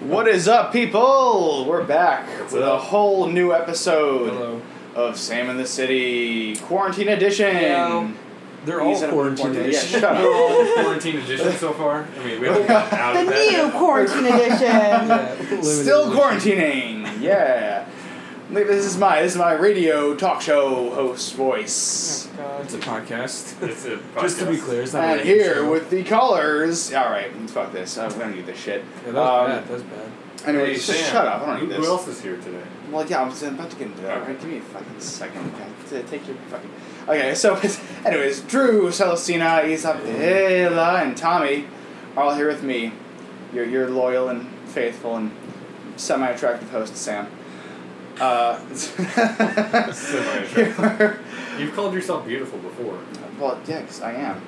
What is up, people? We're back with up? a whole new episode Hello. of Sam in the City Quarantine Edition. Hello. They're all He's in a quarantine quarantine. edition. Yeah, shut up. They're all quarantine edition so far. I mean, we haven't gotten out The of that. new quarantine edition. Yeah, limited Still edition. quarantining. yeah. This is my this is my radio talk show host voice. It's a podcast. It's a podcast. Just to be clear, it's not. And a radio Uh, here show. with the callers. All right, fuck this. I don't need this shit. Yeah, that was um, bad. That was bad. Anyway, Hey, just Sam, shut up. I don't who, need Who this. else is here today? Well, yeah, I'm just about to get into that. Okay. Give me a fucking second. Okay, t- Take your fucking. Okay, so, anyways, Drew, Celestina, Isabella, uh, and Tommy are all here with me. Your, your loyal and faithful and semi attractive host, Sam. Uh, Semi-attractive. You've called yourself beautiful before. well, yeah, 'cause I am.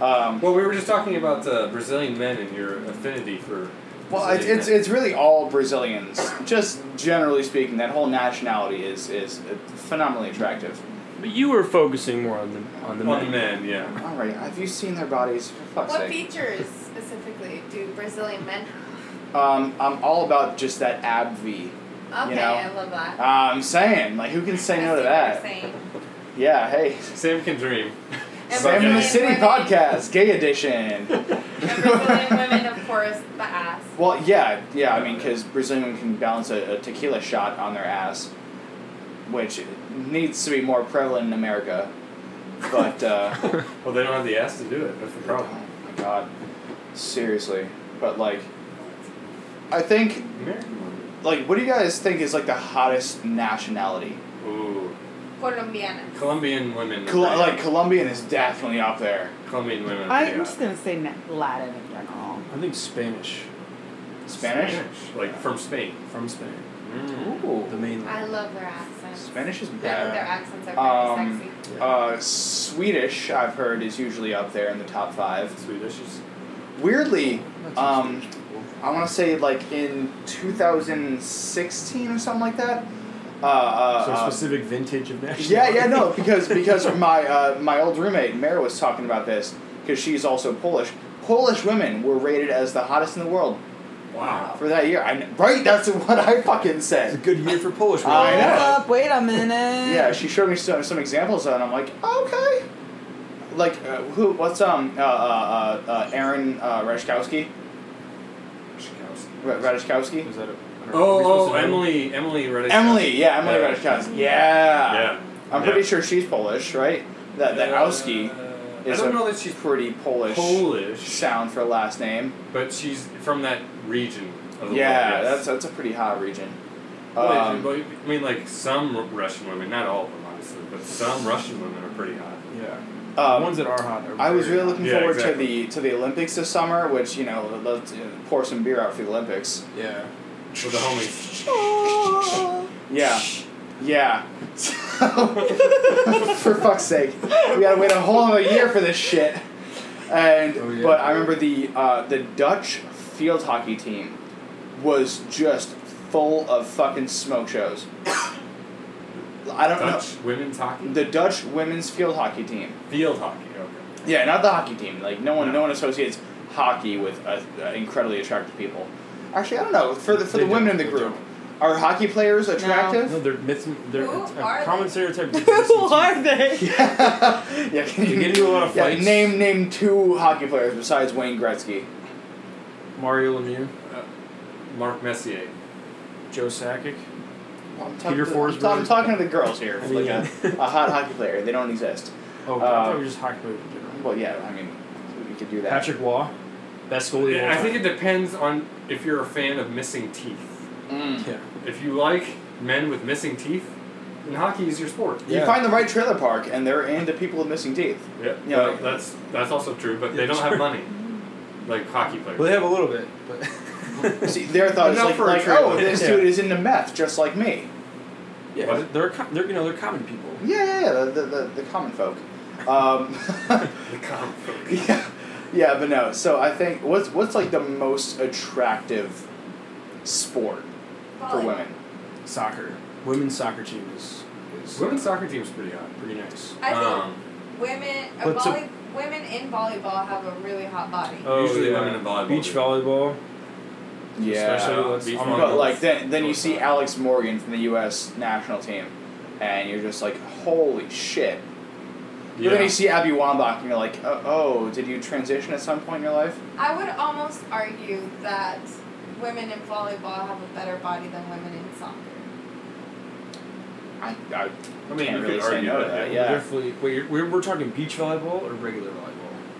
Um, Well, we were just talking about uh, Brazilian men and your affinity for. Well, it's, Brazilian it's men. it's really all Brazilians. Just generally speaking, that whole nationality is is uh, phenomenally attractive. But you were focusing more on the on the on men. men, yeah. All right, have you seen their bodies? For fuck's What sake. features specifically do Brazilian men Um, I'm all about just that ab V. have? Okay, You know, I love that. I'm saying, like, who can say I no to see what you're that? saying. Yeah, hey. Sam can dream. And Sam in the Brazilian City women, podcast, gay edition. And Brazilian women, of course, the ass. well, yeah, yeah. I mean, because Brazilian women can balance a, a tequila shot on their ass, which needs to be more prevalent in America. But uh, Well, they don't have the ass to do it. That's the oh problem. my god, seriously. But like, I think American women. like, what do you guys think is like the hottest nationality? Ooh. Colombiana. Colombian women. Col- are like pretty- Colombian is definitely up there. Colombian women. are I'm pretty just gonna say na- Latin in general. I think Spanish hot. Spanish? Like from Spain. from Spain, Mm. Ooh. the mainland. I love their accents. Spanish is I love their bad. accents are very Um, sexy. Uh, Swedish, I've heard, is usually up there in the top five. Swedish is. Weirdly, That's um, just people. I want to say like in 2016 or something like that. Uh, uh, so uh, a specific vintage of nationality. yeah, yeah, no, because because my uh, my old roommate Mara was talking about this because she's also Polish. Polish women were rated as the hottest in the world Wow. for that year. I, kn- right, that's what I fucking It's a said. good year for Polish. I Hold know. up, wait a minute. Yeah, she showed me some, some examples of it, and I'm like, okay. Like, uh, who, what's, um, uh, uh, uh, uh Aaron uh, Radishkowski? Ra- Radishkowski? Is that a, I don't know, are we Oh, supposed oh, to know? Emily, Emily Reddick. Emily, yeah, Emily Yeah. Radishkowski. Yeah. Yeah. I'm Yeah. pretty sure she's Polish, right? That, that Owski Uh, is I don't a know that she's pretty Polish Polish, sound for last name. but she's from that region. Of the yeah, world, that's yes. that's a pretty hot region. Well, Um, but, I mean, like some Ru- Russian women, not all of them, obviously, but some Russian women are pretty hot. Yeah, the um, ones that are hot. Are I was very really looking Yeah, forward to exactly. the to the Olympics this summer, which you know, let's uh, pour some beer out for the Olympics. hot. Yeah, So the homies. Yeah. Yeah. So, for fuck's sake, we gotta wait a whole other year for this shit. And Oh, yeah. but I remember the uh, the Dutch field hockey team was just full of fucking smoke shows. I don't Dutch women's hockey? know the Dutch women's field hockey team. Field hockey, okay. Yeah, not the hockey team. Like no one, no, No. one associates hockey with uh, uh, incredibly attractive people. Actually, I don't know. For the for They the women don't- in the they group, are hockey players attractive? no, they're myths. They're Who it's are a common they? stereotype. Who are they? yeah, yeah. Can They get into a lot of yeah, fights. name name two hockey players besides Wayne Gretzky. Mario Lemieux, Mark Messier. Joe Sakic. Well, I'm Peter to, Forsberg. I'm, talking to the girls here. I mean, like a, a hot hockey player. They don't exist. Oh, I Uh, thought we were just hockey players in general. Well, yeah. I mean, we could do that. Patrick Waugh, best goalie. of all I think time. it depends on if you're a fan of missing teeth. Mm. Yeah. If you like men with missing teeth, then hockey is your sport. You Yeah. find the right trailer park, and they're into people with missing teeth. Yeah, Yeah. well, that's that's also true, but they Yeah, don't have sure. money, like hockey players. Well, they have a little bit, but See, their thought is Enough like, for a like, trailer. oh, this Yeah. dude is into meth, just like me. yeah, What? they're com- they're you know they're common people. Yeah, yeah, yeah. The the, the, the common folk. Um, The comic book. yeah, yeah, but no. So I think what's what's like the most attractive sport for Volleyball. women? Soccer, women's soccer team is is Women's soccer team's pretty hot. pretty nice. I think um, women, uh, But to- volley, women in volleyball have a really hot body. Oh, Usually women in volleyball Beach do. volleyball, Yeah. Especially what's Beef on Mongols. But like then, then you Both see sides. Alex Morgan from the U.S. national team, and you're just like, holy shit. But then Yeah. you see Abby Wambach, and you're like, oh, oh, did you transition at some point in your life? I would almost argue that women in volleyball have a better body than women in soccer. I, I I mean, can't you really could say argue no to that, that. We're Yeah. Definitely. Wait, you're, we're, we're talking beach volleyball or regular volleyball?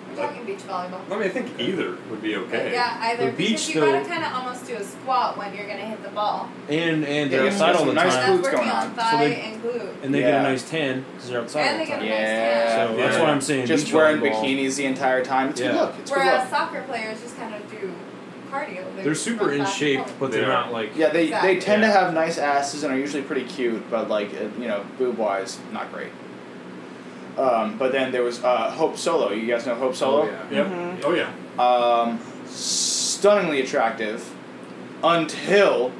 We're talking beach volleyball. I mean, I think either would be But okay. yeah, either The because beach, you gotta though- kind of almost do a squat when you're gonna hit the ball. And and Yeah, they're you outside got all some the nice time, That's glute's working going on on. thigh So they- and glute. and they get Yeah. a nice tan because they're outside all And the they get time. a nice Yeah. tan. so that's Yeah. what I'm saying. Just beach wearing volleyball, bikinis the entire time. It's good Yeah. look. It's good Whereas look. soccer players just kind of do cardio. They They're just super run in back and shape, forth. but they're Yeah. not like Yeah, they, they Exactly. tend to have nice asses and are usually pretty cute, but like uh, you know, boob wise, not great. Um, but then there was uh, Hope Solo. You guys know Hope Solo? Oh, yeah. Yep. Mhm. Mm-hmm. Oh yeah. um, stunningly attractive until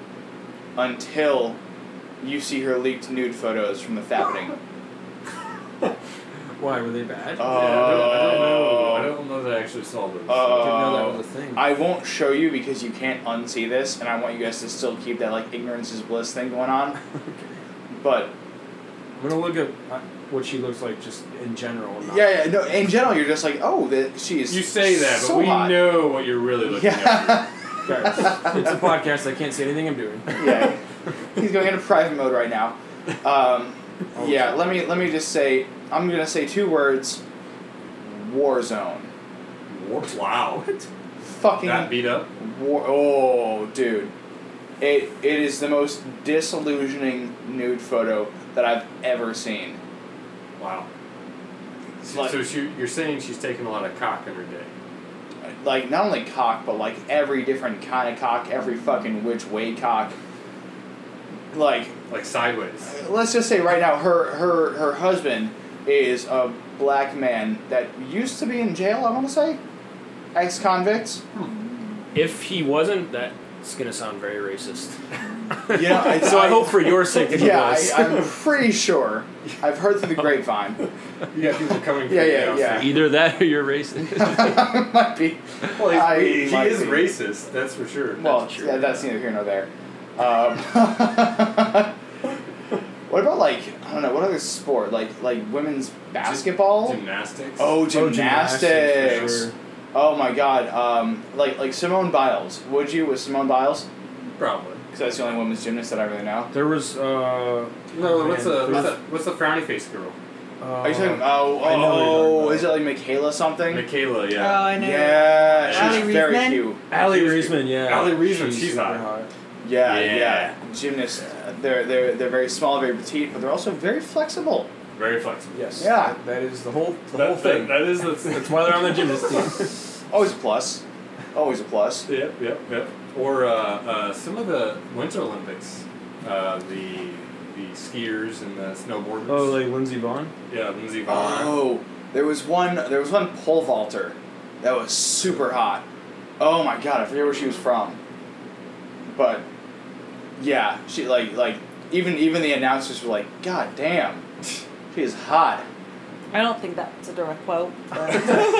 until you see her leaked nude photos from the fapping. why were they bad? Uh, yeah I, don't, I don't know. I don't know that I actually saw those. I Oh. Uh, didn't know that was a thing. I won't show you because you can't unsee this, and I want you guys to still keep that like ignorance is bliss thing going on. But I'm gonna look at uh, what she looks like just in general. Not yeah, yeah, no. In general, you're just like, oh, that she's you say that, but so we hot. know what you're really looking Yeah. Guys, it's a podcast. I can't say anything I'm doing. yeah, he's going into private mode right now. Um, Oh, yeah, let me let me just say, I'm gonna say two words: war zone. at. War- Wow. Fucking That beat up. war. Oh, dude, it it is the most disillusioning nude photo that I've ever seen. Wow. Like- so she, you're saying she's taking a lot of cock in her day. Like not only cock, but like every different kind of cock, every fucking which way cock. Like Like sideways. let's just say right now her her her husband is a black man that used to be in jail i want to say ex-convict If he wasn't, that's gonna sound very racist. you know I- so I, hope for your sake that he yeah was. I, i'm pretty sure i've heard through the grapevine You got people coming for Yeah, you yeah, now yeah. saying, Either that or you're racist. might be Well, he's, I he, he might is be. racist, that's for sure. well true. yeah, that's neither here nor there um, what about like i don't know what other sport like like women's basketball Gymnastics. oh Oh, for gymnastics sure. oh my god um, like like simone biles would you with simone biles probably. Because that's the only women's gymnast that I really know. There was. Uh, No, what's man, the what's there's- the what's the frowny face girl? Uh, Are you talking? Oh, I know who you're oh, talking is it like Michaela something? Michaela, Oh, yeah. I know. yeah, Yeah. she's Ally very Reisman? cute. Allie She's- Reisman, yeah. Ally Reisman, she's super hot. Yeah, yeah. Yeah. Gymnasts. uh, They're they're they're very small, very petite, but they're also very flexible. Very flexible. Yes. Yeah. that- that is the whole the That- whole that- thing. that is the That's why they're on the gymnast team. Always a plus. Always a plus. Yep, yep, yep. Or uh, uh, some of the Winter Olympics, uh, the the skiers and the snowboarders. Oh, like Lindsey Vaughn. yeah, Lindsey Vaughn. Oh, there was one. There was one pole vaulter that was super hot. Oh my god, I forget where she was from. But yeah, she like like even even the announcers were like, God damn, she is hot. I don't think that's a direct quote.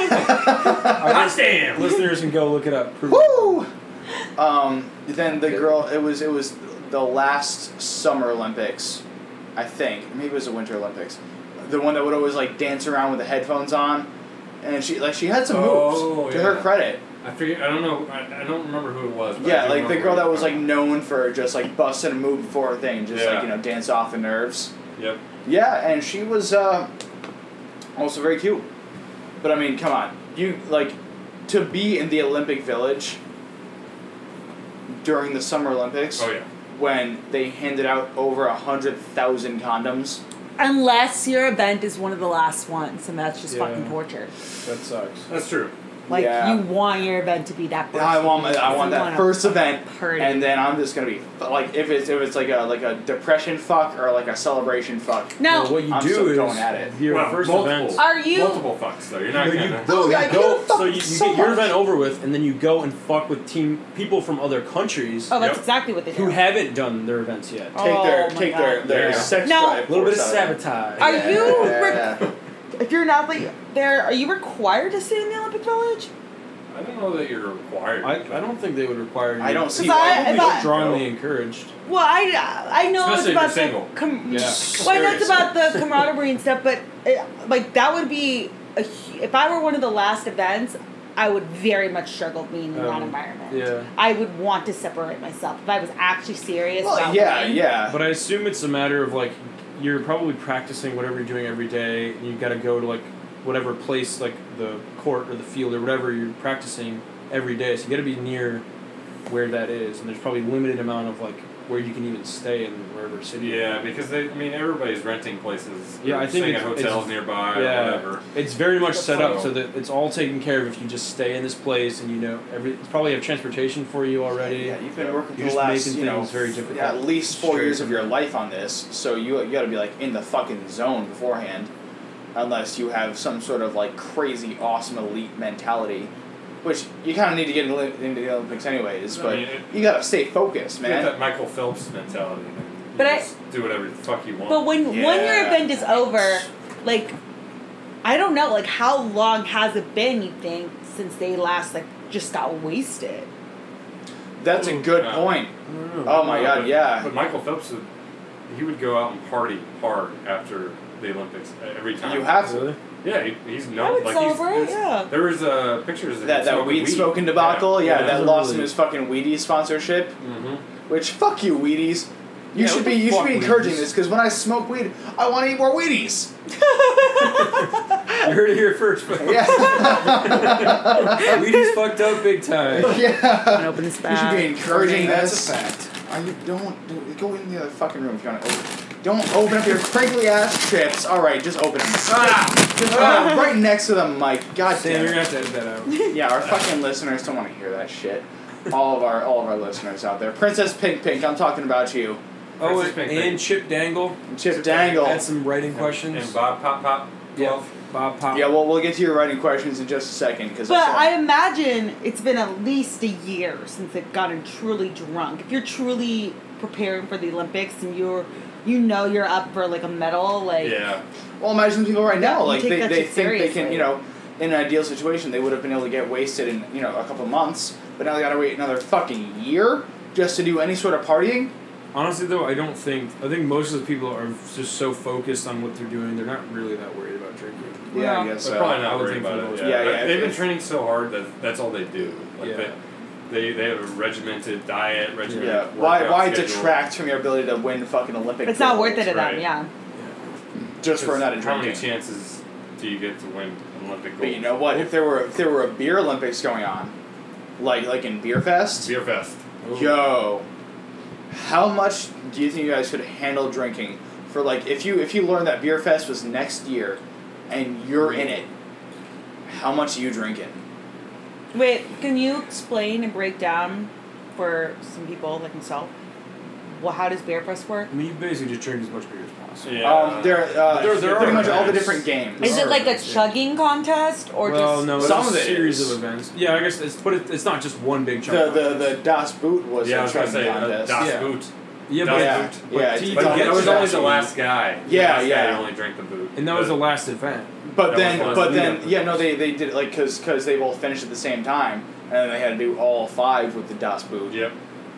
I Hot guess damn! Listeners can go look it up. Prove it. Woo! Um, then the girl. It was it was the last Summer Olympics, I think. Maybe it was the Winter Olympics. The one that would always like dance around with the headphones on, and she like she had some Oh, moves to her yeah. credit. I forget. I don't know. I, I don't remember who it was. But I Yeah, do like the remember girl that it. was like known for just like busting a move before a thing, just like you know dance off the nerves. Yep. Yeah, and she was uh, also very cute. But I mean, come on, you like to be in the Olympic Village during the Summer Olympics Oh yeah. when they handed out over a hundred thousand condoms. Unless your event is one of the last ones, and that's just fucking Yeah. torture. That sucks. That's true. Like Yeah. you want your event to be that. Person. I want my, I want that first event, party. and then I'm just gonna be like, if it's if it's like a like a depression fuck or like a celebration fuck. No. Well, what you I'm do still is going at it. your Well, first multiple. event. Are you? Multiple fucks though. You're not No, you gonna. go, Oh, I you go, could've so you, fucked you so get your much. event over with, and then you go and fuck with team people from other countries Oh, that's Yep. exactly what they do. who haven't done their events yet. Oh Take their my take God. their their Yeah. sex Now- drive. A little bit of force out it. sabotage. Are you- Yeah. If you're an athlete, there are you required to stay in the Olympic Village? I don't know that you're required. I, I don't think they would require you. I don't see If I- why. if you I- would strongly go. encouraged. Well, I I Especially know if it's you're about single. the com- Yeah. well, I know it's Serious. about the camaraderie and stuff, but uh, like that would be a, hu- if I were one of the last events, I would very much struggle being in that Um, environment. Yeah. I would want to separate myself if I was actually serious. Well, about yeah, winning. yeah. But I assume it's a matter of like you're probably practicing whatever you're doing every day, and you got to go to like whatever place, like the court or the field or whatever you're practicing every day. So you got to be near where that is, and there's probably limited amount of like where you can even stay in wherever city. Yeah, because they, I mean, everybody's renting places. Yeah, I think staying at it's- hotels it's- nearby yeah. or whatever. It's very much set up so So- that it's all taken care of if you just stay in this place and you know every. It's probably have transportation for you already. Yeah, you've been working for You're the just last, making you know, things very difficult. yeah, at least four Straight years of from- your life on this. So you you got to be like in the fucking zone beforehand, unless you have some sort of like crazy awesome elite mentality, which you kind of need to get into, into the Olympics anyways. I But mean, it- you got to stay focused, You got man. that Michael Phelps mentality. man. You But I- just do whatever the fuck you want. But when when your Yeah. event is over, like I don't know, like how long has it been? You think since they last like just got wasted? That's a good Yeah. point. I don't know. Oh my No, god, but- yeah. But Michael Phelps, would, he would go out and party hard after the Olympics uh, every time. You have to. Really? Yeah, he, he's I known. would like celebrate, He's, yeah. There was uh, pictures of That, him that smoking weed smoking debacle, yeah, Yeah. that lost him Really. his fucking Wheaties sponsorship. Mm-hmm. hmm Which fuck you, Wheaties. You Yeah, should what be the you should fuck, be encouraging Wheaties? this because when I smoke weed, I want to eat more Wheaties. You heard it here first, but Yeah. we just fucked up big time. I'm yeah. gonna open this You should bag. be encouraging That's this. a fact. Are you don't do, go in the other fucking room if you want to open. Don't open up your crinkly ass chips. All right, just open them. Just uh, right next to the mic. God Sam, damn you're it. gonna have to edit that out. Yeah, our fucking listeners don't want to hear that shit. All of our all of our listeners out there, Princess Pink Pink, I'm talking about you. Oh, Princess and, Pink, thank you. and Chip Dangle Chip Dangle. had some writing questions. And Bob Pop Pop. yeah, Bob Pop. Yeah, well, we'll get to your writing questions in just a second uh, because. But I imagine it's been at least a year since they've gotten truly drunk. If you're truly preparing for the Olympics and you're, you know, you're up for like a medal, like Yeah. Well, imagine people right now. Yeah, you Like take they, that they shit think they can, seriously. you know, in an ideal situation, they would have been able to get wasted in you know a couple months, but now they got to wait another fucking year just to do any sort of partying. Honestly, though, I don't think. I think most of the people are just so focused on what they're doing, they're not really that worried about drinking. I Yeah. guess They're so. probably I not would worried think about it. so. Yeah, Yeah, They- yeah, They've been it's- training so hard that that's all they do. Like Yeah. they, they, they have a regimented diet, regimented. Yeah. Why workout why schedule. detract from your ability to win fucking Olympic? it's not worth it gold to Right. them. Yeah, just for not a How many drinking. chances do you get to win an Olympic gold? But you know what? If there were if there were a beer Olympics going on, like like in Beer Fest, Beer fest. Yo, how much do you think you guys could handle drinking for like if you if you learn that beer fest was next year, and you're in it? How much are you drinking? Wait, can you explain and break down for some people like myself? Well, how does Bear Press work? I mean, you basically just drink as much beer as possible. Yeah. Um, there, uh, There- there pretty are much all the events. different games. Is Is it it Sorry. like like a a chugging contest or well, just no, Some it's of a it series is. of events. Yeah, I guess it's but it, it's not just one big chunk. the of the it. the Das Boot was yeah, I a was gonna chugging say uh, contest. Das Yeah. Boot. yeah, That but, yeah, was- yeah, but it's to But Don't that get was to always that the last guy. The Yeah, last yeah. Guy who only drank the boot. and that was But- the last event. But That then, was but last then, week. yeah, no, they they did it like because they both finished at the same time, and then they had to do all five with the Das Boot. Yep.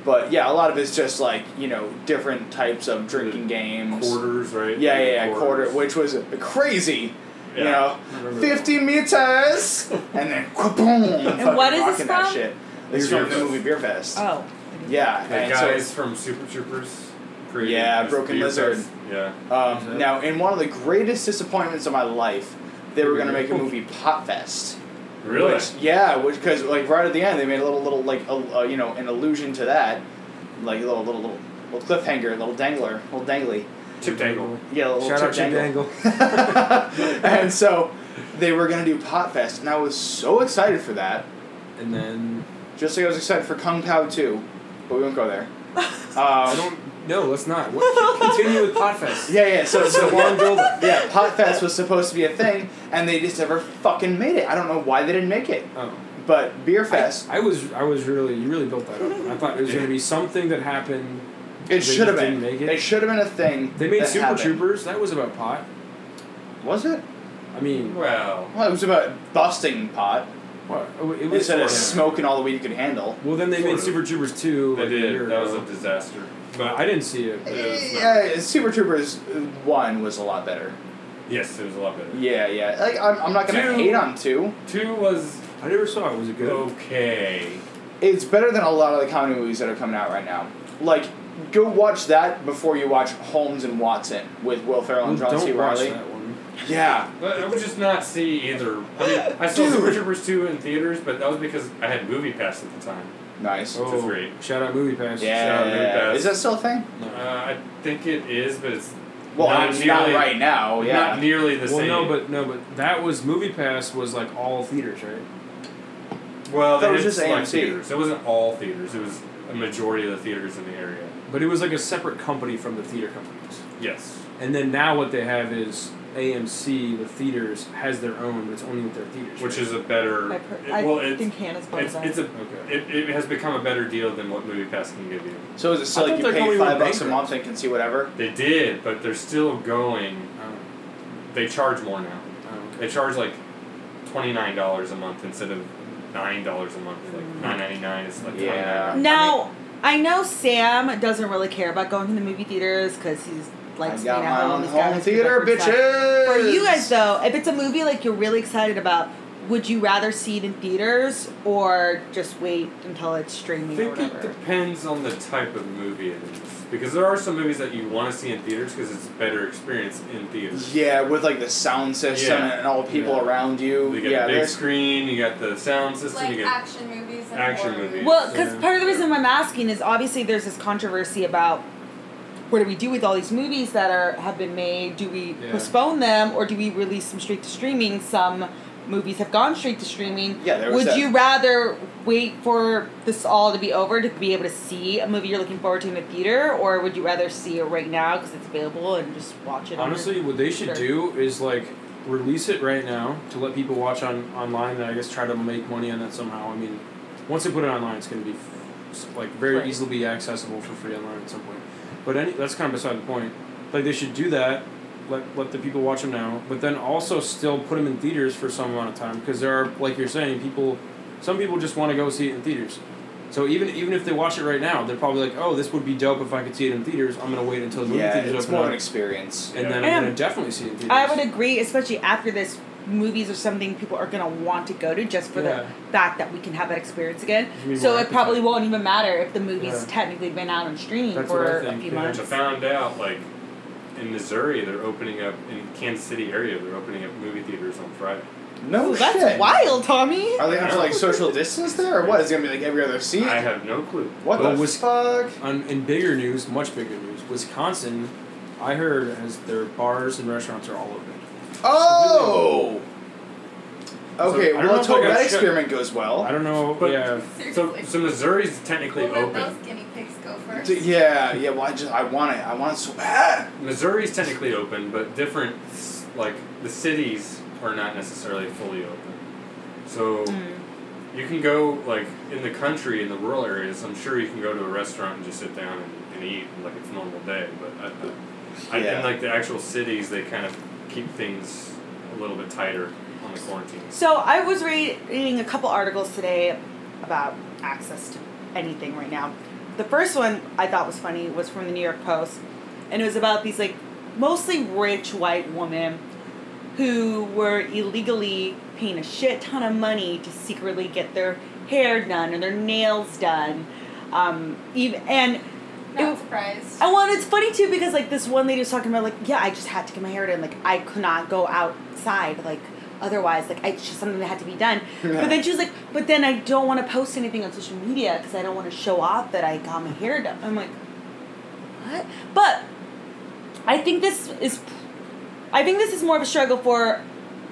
But yeah, a lot of it's just like you know different types of drinking games. Quarters, right? Yeah, yeah, yeah, quarter, Quarters. which was crazy. Yeah. You know, I remember that. fifty meters, and then kaboom! fucking what is rocking this That from? shit. This is Beer from the Fest. movie Beer Fest. oh Yeah, The and guys from Super Troopers. created Yeah, this Broken beer Lizard. fest. Yeah. so um, now in one of the greatest disappointments of my life, they were gonna make a movie Pop Fest. Really? Which, yeah, which because like right at the end they made a little little like a, uh, you know an allusion to that, like a little little little, little cliffhanger, little dangler, little dangly. Chip Dangle. Yeah, a little Shout Chip out Chip dangle. Dangle. and so they were gonna do Potfest, and I was so excited for that. And then Just like I was excited for Kung Pao too, but we won't go there. I Um, don't. No, let's not. What, continue with Potfest. yeah, yeah. So, It's a so long build. yeah, Potfest was supposed to be a thing, and they just never fucking made it. I don't know why they didn't make it, Oh. but Beer Fest, I, I was I was really you really built that up. I thought it was going to be something that happened. it they should have just been. didn't make it? should have been a thing. They made that Super happened. Troopers. That was about pot. Was it? I mean, Well. Well, it was about busting pot. What? Oh, It was Instead of four. smoking all the weed you could handle. Well, then they Sort made of. Super Troopers two. They like, A year did. That was ago. a disaster. But I didn't see it. It was not- Yeah, Super Troopers one was a lot better. Yes, it was a lot better. Yeah, yeah. Like I'm, I'm not gonna Two. hate on two. Two was I never saw it. Was it good? okay. It's better than a lot of the comedy movies that are coming out right now. Like, go watch that before you watch Holmes and Watson with Will Ferrell Well, and John don't C. watch Riley. that one. Yeah, But I would just not see either. I mean, I saw Dude. Super Troopers 2 in theaters, but that was because I had Movie Pass at the time. nice. It's Oh, great. Shout out Movie Pass. Sound really Yeah, fast. is that still a thing? No. Uh, I think it is, but it's Well, Not it's not nearly- right now. Oh, Yeah, not nearly the well, same. no, but no, but that was Movie Pass was like all theaters, right? well, That they was did just select AMC. theaters. It wasn't all theaters. It was a majority of the theaters in the area. But it was like a separate company from the theater companies. Yes. And then now what they have is AMC, the theaters has their own, but it's only with their theaters. Which right? is a better. I've heard- it- I well, it's, think Hannah's one it's, of them. it's a. okay. It, it has become a better deal than what Movie Pass can give you. So is it still I like thought you they're pay going five bucks a bankrupt. month and can see whatever? They did, but they're still going. Oh, They charge more now. oh, okay. They charge like twenty nine dollars a month instead of nine dollars a month. Like nine ninety nine is like Yeah. $29. Now, I know Sam doesn't really care about going to the movie theaters because he's I likes being got at my home. own He's got home his theater, productive stuff. bitches. For you guys though, if it's a movie like you're really excited about, would you rather see it in theaters or just wait until it's I streaming or think it whatever? depends on the type of movie it is because there are some movies that you want to see in theaters because it's a better experience in theaters. Yeah, with like the sound system Yeah. and all the people Yeah. around you. You got yeah, the big there's screen, you got the sound system, like you got action movies and action horror movies. Well, because Yeah. part of the reason I'm asking is obviously there's this controversy about what do we do with all these movies that are have been made? Do we Yeah. postpone them or do we release them straight to streaming? Some movies have gone straight to streaming. Yeah, there was Would that. you rather wait for this all to be over to be able to see a movie you're looking forward to in the theater, or would you rather see it right now because it's available and just watch it? on your- Honestly, what they should do Sure. is like release it right now to let people watch on online. And I guess try to make money on that somehow. I mean, once they put it online, it's going to be f- like very Right. easily be accessible for free online at some point. But any that's kind of beside the point. Like they should do that. Let let the people watch them now, but then also still put them in theaters for some amount of time because there are like you're saying people. Some people just want to go see it in theaters. So even even if they watch it right now, they're probably like, "Oh, this would be dope if I could see it in theaters." I'm gonna wait until the movie yeah, theaters it's open more up of an experience. and then Yeah. I'm gonna definitely see it. In theaters. I would agree, especially after this. Movies are something people are gonna want to go to just for Yeah. the fact that we can have that experience again. Give me So more it probably appetite. won't even matter if the movie's Yeah. technically been out on streaming That's for what I a think, few yeah. Which months. I found out, like, in Missouri, they're opening up, in Kansas City area, they're opening up movie theaters on Friday. No Ooh, shit. that's wild, Tommy. Are they gonna have to like social distance there, or what? Is it gonna be like every other seat? I have no clue. what Well, the was- fuck? On, in bigger news, much bigger news, Wisconsin, I heard has their bars and restaurants are all open. Oh. Okay, So, I don't know well, if hope I got that shut- experiment goes well. I don't know, But- yeah, So, Seriously. so Missouri's technically We'll let open. those guinea pigs go first. D- yeah, yeah. Well, I just I want it. I want it so bad. Missouri's technically open, but different, s- like, the cities are not necessarily fully open. So Hmm. Mm. you can go, like, in the country, in the rural areas, I'm sure you can go to a restaurant and just sit down and, and eat like it's a normal day, but I, I, I, Yeah. in, like, the actual cities, they kind of keep things a little bit tighter on the quarantines. So I was reading a couple articles today about access to anything right now. The first one I thought was funny was from the New York Post, and it was about these like mostly rich white women who were illegally paying a shit ton of money to secretly get their hair done or their nails done, um, even and. Not it- surprised. And well, and it's funny too because like this one lady was talking about like, yeah, I just had to get my hair done. Like I could not go outside. Like otherwise, like I it's just something that had to be done. But then she was like, but then I don't want to post anything on social media because I don't want to show off that I got my hair done. I'm like, what? But I think this is, I think this is more of a struggle for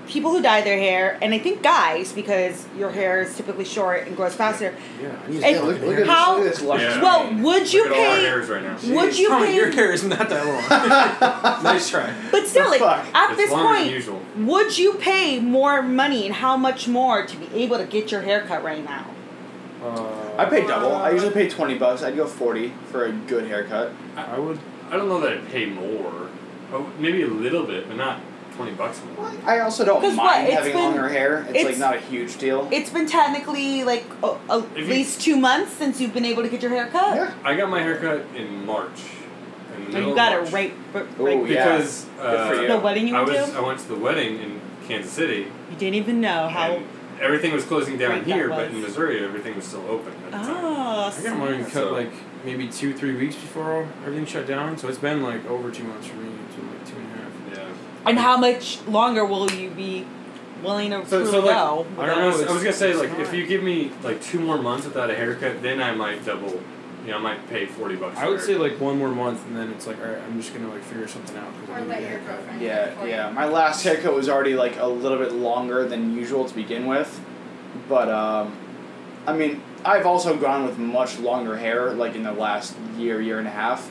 people who dye their hair, and I think guys because your hair is typically short and grows faster. yeah. I need And Yeah, look, look at how- this. Look at this luxury. Yeah. Well, would you Look at all our pay? hairs right now. Would you Tom, pay? your hair is not that long. nice try. But still, like Fuck. at it's this longer point, than usual. Would you pay more money and how much more to be able to get your haircut right now? Uh, I pay double. I usually pay twenty bucks. I'd go forty for a good haircut. I would. I don't know that I pay more. Oh, maybe a little bit, but not twenty bucks a month. I also don't 'Cause mind what, it's having been- longer hair. It's, like it's- not a huge deal. It's been technically like a, at If you- least two months since you've been able to get your hair cut. yeah. I got my haircut in March. In the And middle you of got March. it right, right, Ooh, Oh, right- yeah. because uh, for you. the wedding you I went was to. I went to the wedding in Kansas City. You didn't even know how. and everything was closing down great that here, but in was. Missouri everything was still open at the time. Oh, I got mine cut So- like maybe two, three weeks before everything shut down, so it's been like over two months for me, to like two and a half. Yeah. and how much longer will you be willing to So- truly so, like, go? I I don't don't know, know. I was, it's- gonna say it's like if not. you give me like two more months without a haircut, then I might double. You know, I might pay forty bucks. I would for say it. like one more month, and then it's like, all right, I'm just gonna like figure something out. 'cause I Or need a let your haircut. girlfriend. Yeah, yeah. My last haircut was already like a little bit longer than usual to begin with, but um, I mean, I've also gone with much longer hair like in the last year, year and a half,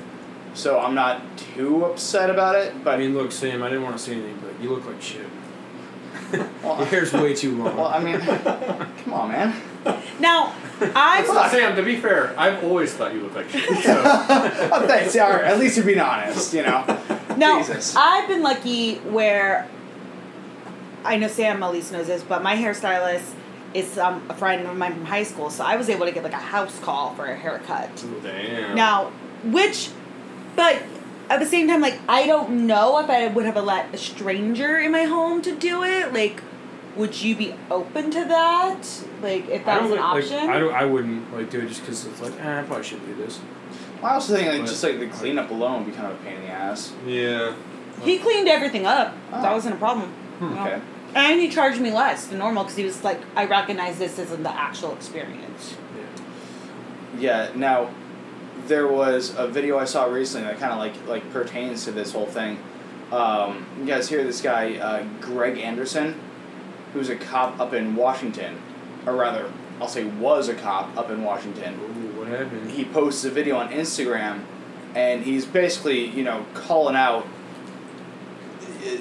so I'm not too upset about it. But I mean, look, Sam, I didn't want to say anything, but you look like shit. Your well, hair's way too long. well, I mean, come on, man. Now, I'm. Fuck. Sam, to be fair, I've always thought you looked like shit. So. oh, thanks. Yeah, all right. At least you're being honest, you know. Now, Jesus. I've been lucky where I know Sam at least knows this, but my hairstylist is um, a friend of mine from high school, so I was able to get like a house call for a haircut. Damn. Now, which, but at the same time, like I don't know if I would have let a stranger in my home to do it. Like, would you be open to that? Like, if I that don't was an like, option. Like, I don't. I wouldn't like do it just because it's like, eh, I probably shouldn't do this. I also think like But- just like the cleanup alone would be kind of a pain in the ass. Yeah. he cleaned everything up. That Oh. wasn't a problem. Hmm. No. Okay. And he charged me less than normal because he was like, I recognize this isn't the actual experience. Yeah. Now, there was a video I saw recently that kind of like like pertains to this whole thing. Um, you guys hear this guy uh, Greg Anderson, who's a cop up in Washington, or rather, I'll say was a cop up in Washington. Ooh, what happened? he posts a video on Instagram, and he's basically you know calling out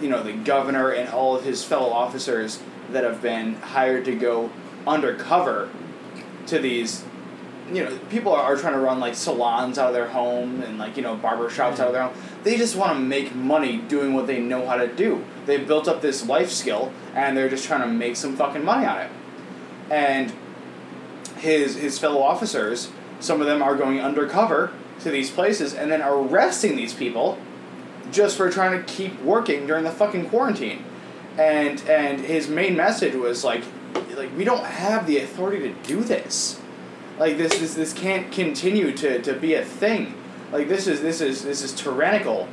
you know the governor and all of his fellow officers that have been hired to go undercover to these you know people are, are trying to run like salons out of their home and like you know barber shops out of their home they just want to make money doing what they know how to do they've built up this life skill and they're just trying to make some fucking money on it and his his fellow officers some of them are going undercover to these places and then arresting these people just for trying to keep working during the fucking quarantine. And and his main message was like like we don't have the authority to do this. Like this this this can't continue to, to be a thing. Like this is this is this is tyrannical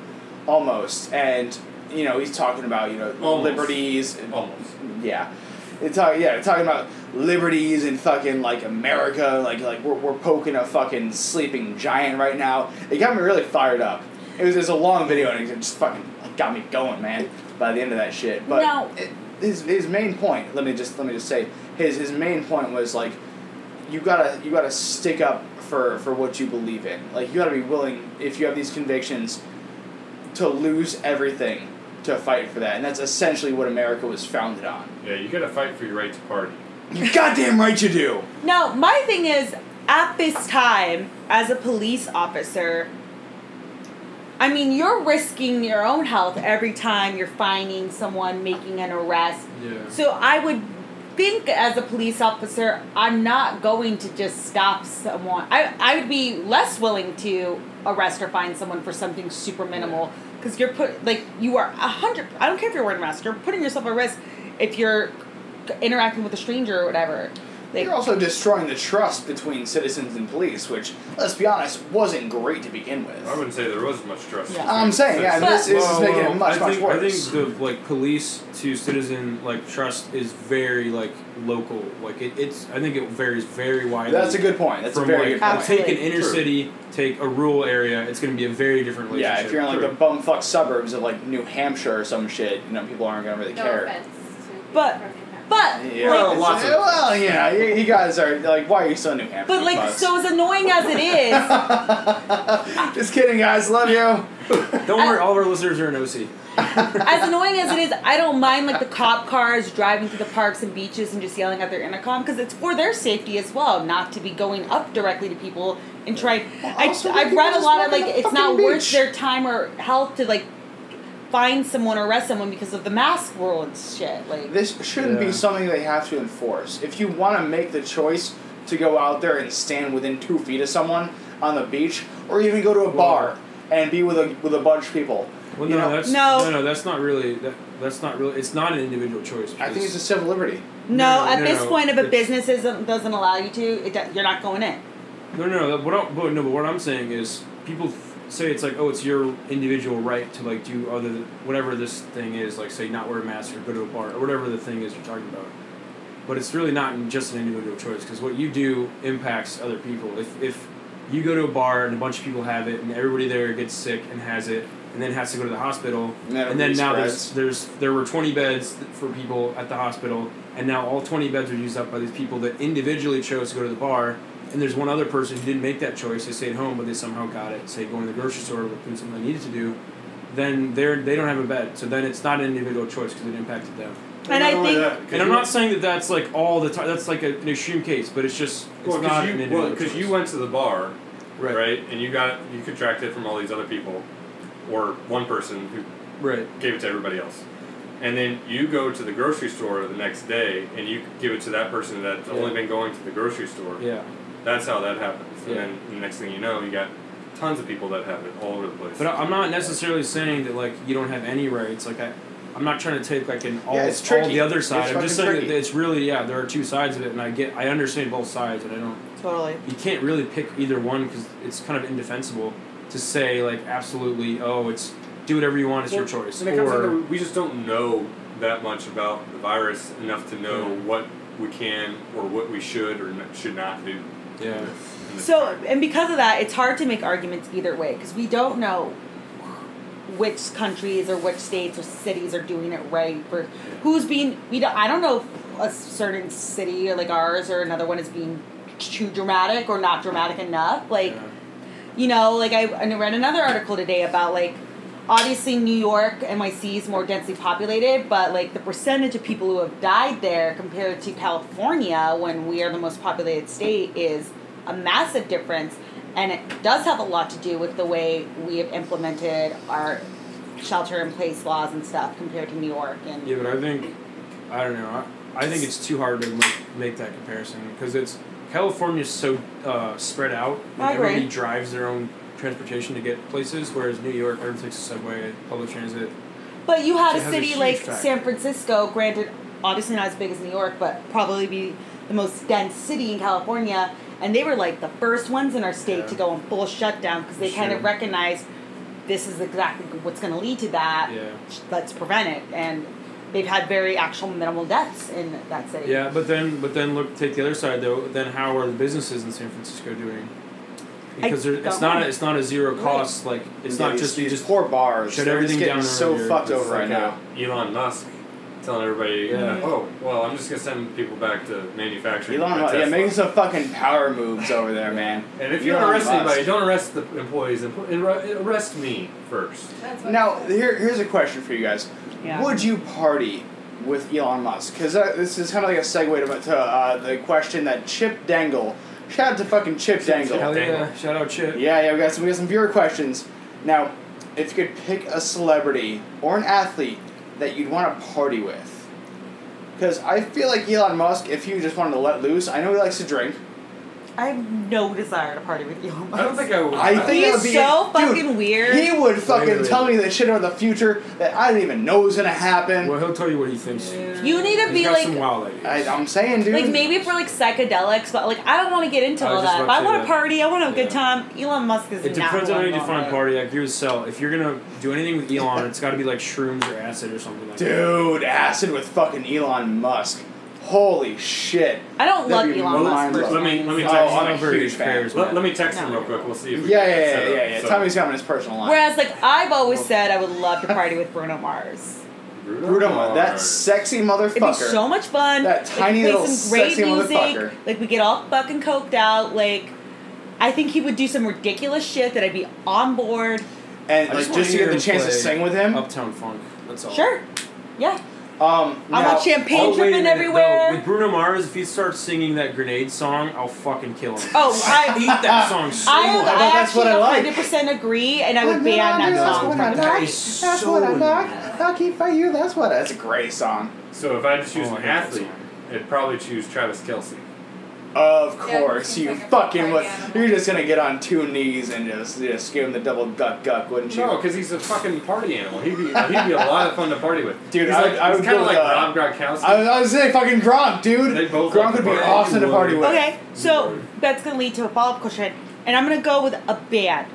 almost and you know, he's talking about, you know, Almost. liberties Almost. yeah. It's talk, yeah, talking about liberties and fucking like America, like like we're, we're poking a fucking sleeping giant right now. It got me really fired up. It was, it was a long video and it just fucking got me going, man. By the end of that shit, but Now- it- his his main point. Let me just let me just say his his main point was like, you gotta you gotta stick up for for what you believe in. Like you gotta be willing if you have these convictions to lose everything to fight for that, and that's essentially what America was founded on. Yeah, you gotta fight for your right to party. You goddamn right you do. Now, my thing is, at this time, as a police officer, I mean, you're risking your own health every time you're finding someone, making an arrest. Yeah. So I would think, as a police officer, I'm not going to just stop someone. I, I would be less willing to arrest or fine someone for something super minimal because you're put like you are a hundred. I don't care if you're wearing a mask. You're putting yourself at risk if you're interacting with a stranger or whatever. Like, You're also destroying the trust between citizens and police, which, let's be honest, wasn't great to begin I with. wouldn't say there was much trust. Yeah. I'm saying, yeah, But- this, this is Well, making well, it much, I much think, worse. I think the like police to citizen like trust is very like local. Like it, it's I think it varies very widely. That's a good point. That's a from very like good point. Absolutely. take an inner True. city, take a rural area. It's going to be a very different relationship. Yeah, if you're in like the bumfuck suburbs of like New Hampshire or some shit, you know, people aren't gonna really No care. offense to people But- from New Hampshire. but Yeah. like, It's- lots of- well, you know, you, you guys are like, why are you so New Hampshire? But like, fucks? so as annoying as it is, Just kidding, guys. Love you. Don't worry, all of our listeners are in OC. as annoying as it is, I don't mind like the cop cars driving through the parks and beaches and just yelling at their intercom because it's for their safety as well, not to be going up directly to people and trying. I also, they I've can read a just lot walk of on like the it's not fucking worth beach. their time or health to like fine someone or arrest someone because of the mask rule and shit. Like, This shouldn't Yeah. be something they have to enforce. If you want to make the choice to go out there and stand within two feet of someone on the beach, or even go to a bar and be with a with a bunch of people, Well, You no, know- that's No. no, that's not really. That, that's not really. It's not an individual choice. I think because- it's a civil liberty. no, no, at no, this no. point, if a It's- business isn't, doesn't allow you to, it, do- you're not going in. No, no, no. What I, but no, but what I'm saying is people f- say it's like, oh, it's your individual right to like do other th- whatever this thing is, like say not wear a mask or go to a bar or whatever the thing is you're talking about. But it's really not just an individual choice because what you do impacts other people. If if you go to a bar and a bunch of people have it and everybody there gets sick and has it and then has to go to the hospital And then, and then now there's there's there's there were 20 beds th- for people at the hospital and now all 20 beds are used up by these people that individually chose to go to the bar and there's one other person who didn't make that choice they stayed home but they somehow got it say going to the grocery store or doing something they needed to do then they're they don't have a bed so then it's not an individual choice because it impacted them And I not only think- that, 'cause and i'm you- not saying that that's like all the time that's like a, an extreme case but it's just it's well, not because an you, individual well, 'cause choice. you went to the bar, right And you got you contracted from all these other people, or one person who right gave it to everybody else. And then you go to the grocery store the next day and you give it to that person that's Yeah. only been going to the grocery store. yeah That's how that happens. Yeah. And then the next thing you know, you got tons of people that have it all over the place. But I- I'm not necessarily saying that like you don't have any rights. Like I, I'm not trying to take like an all, Yeah, it's all tricky. the other It's side. I'm fucking just saying tricky. that it's really yeah. There are two sides of it, and I get I understand both sides, and I don't. Totally. You can't really pick either one because it's kind of indefensible to say like absolutely. Oh, it's do whatever you want. It's your Well, choice. and it comes down Or to we just don't know that much about the virus enough to know Hmm. Yeah. what we can or what we should or n- should not do. yeah, in this So, time. and because of that, it's hard to make arguments either way because we don't know which countries or which states or cities are doing it right or who's being. We don't. I don't know if a certain city or like ours or another one is being too dramatic or not dramatic enough. Like, yeah. you know, like I, I read another article today about like obviously New York, NYC is more densely populated, but like the percentage of people who have died there compared to California, when we are the most populated state, is a massive difference. And it does have a lot to do with the way we have implemented our shelter in place laws and stuff compared to New York. And Yeah, but I think I don't know. I, I think it's too hard to make, make that comparison because it's California's so uh, spread out. I and agree. Everybody drives their own transportation to get places, whereas New York, everyone takes the subway, public transit. But you had It a has a city huge like factor. San Francisco, granted, obviously not as big as New York, but probably be the most dense city in California. And they were like the first ones in our state to Yeah. go on full shutdown because they kind Sure. of recognized this is exactly what's going to lead to that. Yeah. Let's prevent it. And they've had very actual minimal deaths in that city. Yeah, but then but then look take the other side though. Then how are the businesses in San Francisco doing? Because there, it's don't not know. a, it's not a zero Right. cost like it's yeah, not these, just you these just poor bars. shut They're everything just getting down so earlier, fucked just over right right now. Hmm. Elon Musk telling everybody, Yeah. oh, well, I'm just going to send people back to manufacturing. Elon, by Musk- yeah, Tesla." making some fucking power moves over there, man. And if you're Elon gonna arrest Musk. anybody, don't arrest the employees. Empl- arre- arrest me first. That's what Now, it is. here, here's a question for you guys. Yeah. Would you party with Elon Musk? Because uh, this is kind of like a segue to, to uh, the question that Chip Dangle. Shout out to fucking Chip Dangle. Hell yeah! Dangle. Shout out Chip. Yeah, yeah, we got some, we got some viewer questions. Now, if you could pick a celebrity or an athlete that you'd want to party with, because I feel like Elon Musk, if you just wanted to let loose, I know he likes to drink. I have no desire to party with Elon Musk. I don't think I would. I think that He's would be so dude, fucking weird. He would fucking Wait, wait, tell me the shit about the future that I didn't even know was gonna happen. Well, he'll tell you what he thinks. you need to He's be got like some wild ideas. I, I'm saying, dude. Like maybe for like psychedelics, but like I don't want to get into I was all just that. If about to I say want that. to party, I want to have a good Yeah. time. Elon Musk is It not depends who on how I'm you going define with. party. I agree with Sel. If you're gonna do anything with Elon, it's got to be like shrooms or acid or something like that. Dude, acid with fucking Elon Musk. Holy shit. I don't That'd love be Elon Musk. mind-blowing. personally. Let me- let me Oh, text you. I'm a Very huge fan. prayers. Let, let me text him real quick. We'll see Yeah, if we yeah, can yeah, set yeah, up. yeah, yeah. So- Tommy's got him in his personal line. Whereas like I've always said, I would love to party with Bruno Mars. Bruno, Bruno, Mars, that Mars. sexy It'd be motherfucker. so much fun. That Like, tiny play little some great sexy music. motherfucker. Like we get all fucking coked out. Like I think he would do some ridiculous shit that I'd be on board. and I like just just, wanna to hear get the him chance to play sing with him. Uptown Funk. That's all. Sure. Yeah. Oh. Um, I now- want champagne oh, wait a dripping minute, everywhere. No, with Bruno Mars, if he starts singing that grenade song, I'll fucking kill him. Oh, I I- hate that song so I, am, much. Well, I that's what actually I like. 100% agree, and I would Lucky ban you, that that's song. what I from like, that is That's so what I like. annoying. Lucky for you, that's what. That's a great song. So if I had to choose Oh, an I hate that athlete, song. I'd probably choose Travis Kelsey. Of Yeah, it course, seems you like a fucking party would. animal. You're just gonna get on two knees and just, just give him the double duck duck, wouldn't you? No, because he's a fucking party animal. He'd be, he'd be a lot of fun to party with. Dude, he's I- like, I he's would kind go of with, like uh, Rob Gronkowski. I was, I was saying fucking Gronk, dude. They both Gronk like would to be party. awesome to party with. Okay, so Lord. that's gonna lead to a follow up question, and I'm gonna go with a band.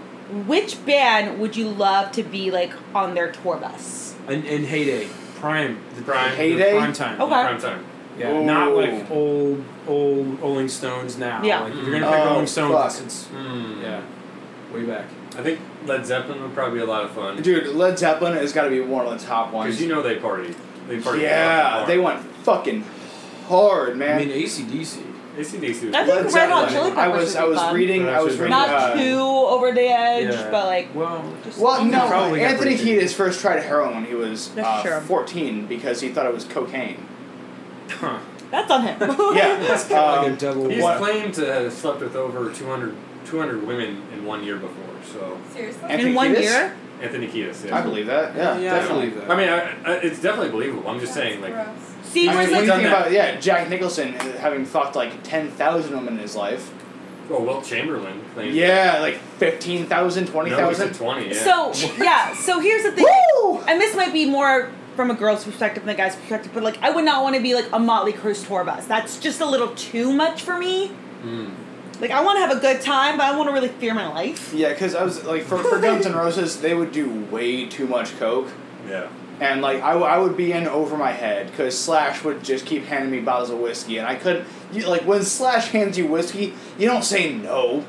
Which band would you love to be like on their tour bus? And, and heyday, prime, the Prime. the Heyday? prime time. Okay. prime time. Yeah, Ooh. not like old old Rolling Stones now. Yeah. like, if you're gonna pick Oh, Rolling Stones, fuck. it's Hmm. yeah, way back. I think Led Zeppelin would probably be a lot of fun Dude, Led Zeppelin has got to be one of the top ones. because you know they party. They party. yeah, they fucking went fucking hard, man. I mean ACDC. hard. AC/DC. I was- think Led Red Hot Zeppelin. Chili Peppers I was would be I was fun. reading I was Not reading Not uh, too over the edge, yeah. but like well, just Well, no, Probably got Anthony pretty Kiedis first tried heroin when he was That's uh, true. 14 because he thought it was cocaine. huh? that's on him. Yeah. That's kind of like Um, a double. He's What- claimed to have slept with over 200, 200 women in one year before. So Seriously? And- In one Kiedis? year, Anthony Kiedis. Yeah. I believe that. Yeah, Yeah, I definitely. believe that. I mean, I, I, it's definitely believable. I'm just That's saying, like, gross. I see, mean, whereas what do like you done think that. about yeah Jack Nicholson uh, having fucked like 10,000 women in his life? well, oh, Wilt Chamberlain claimed. Yeah, like 15,000, No, he 20,000. said twenty. Yeah. so yeah. So here's the thing. Woo! and this might be more from a girl's perspective than a guy's perspective, but like I would not want to be like a Motley Crue's tour bus. That's just a little too much for me. Mm. Like I want to have a good time, but I want to really fear my life. Yeah, because I was like for, for Guns N' Roses, they would do way too much coke. Yeah. and like I, w- I would be in over my head because Slash would just keep handing me bottles of whiskey, and I couldn't. You, like when Slash hands you whiskey, you don't say no.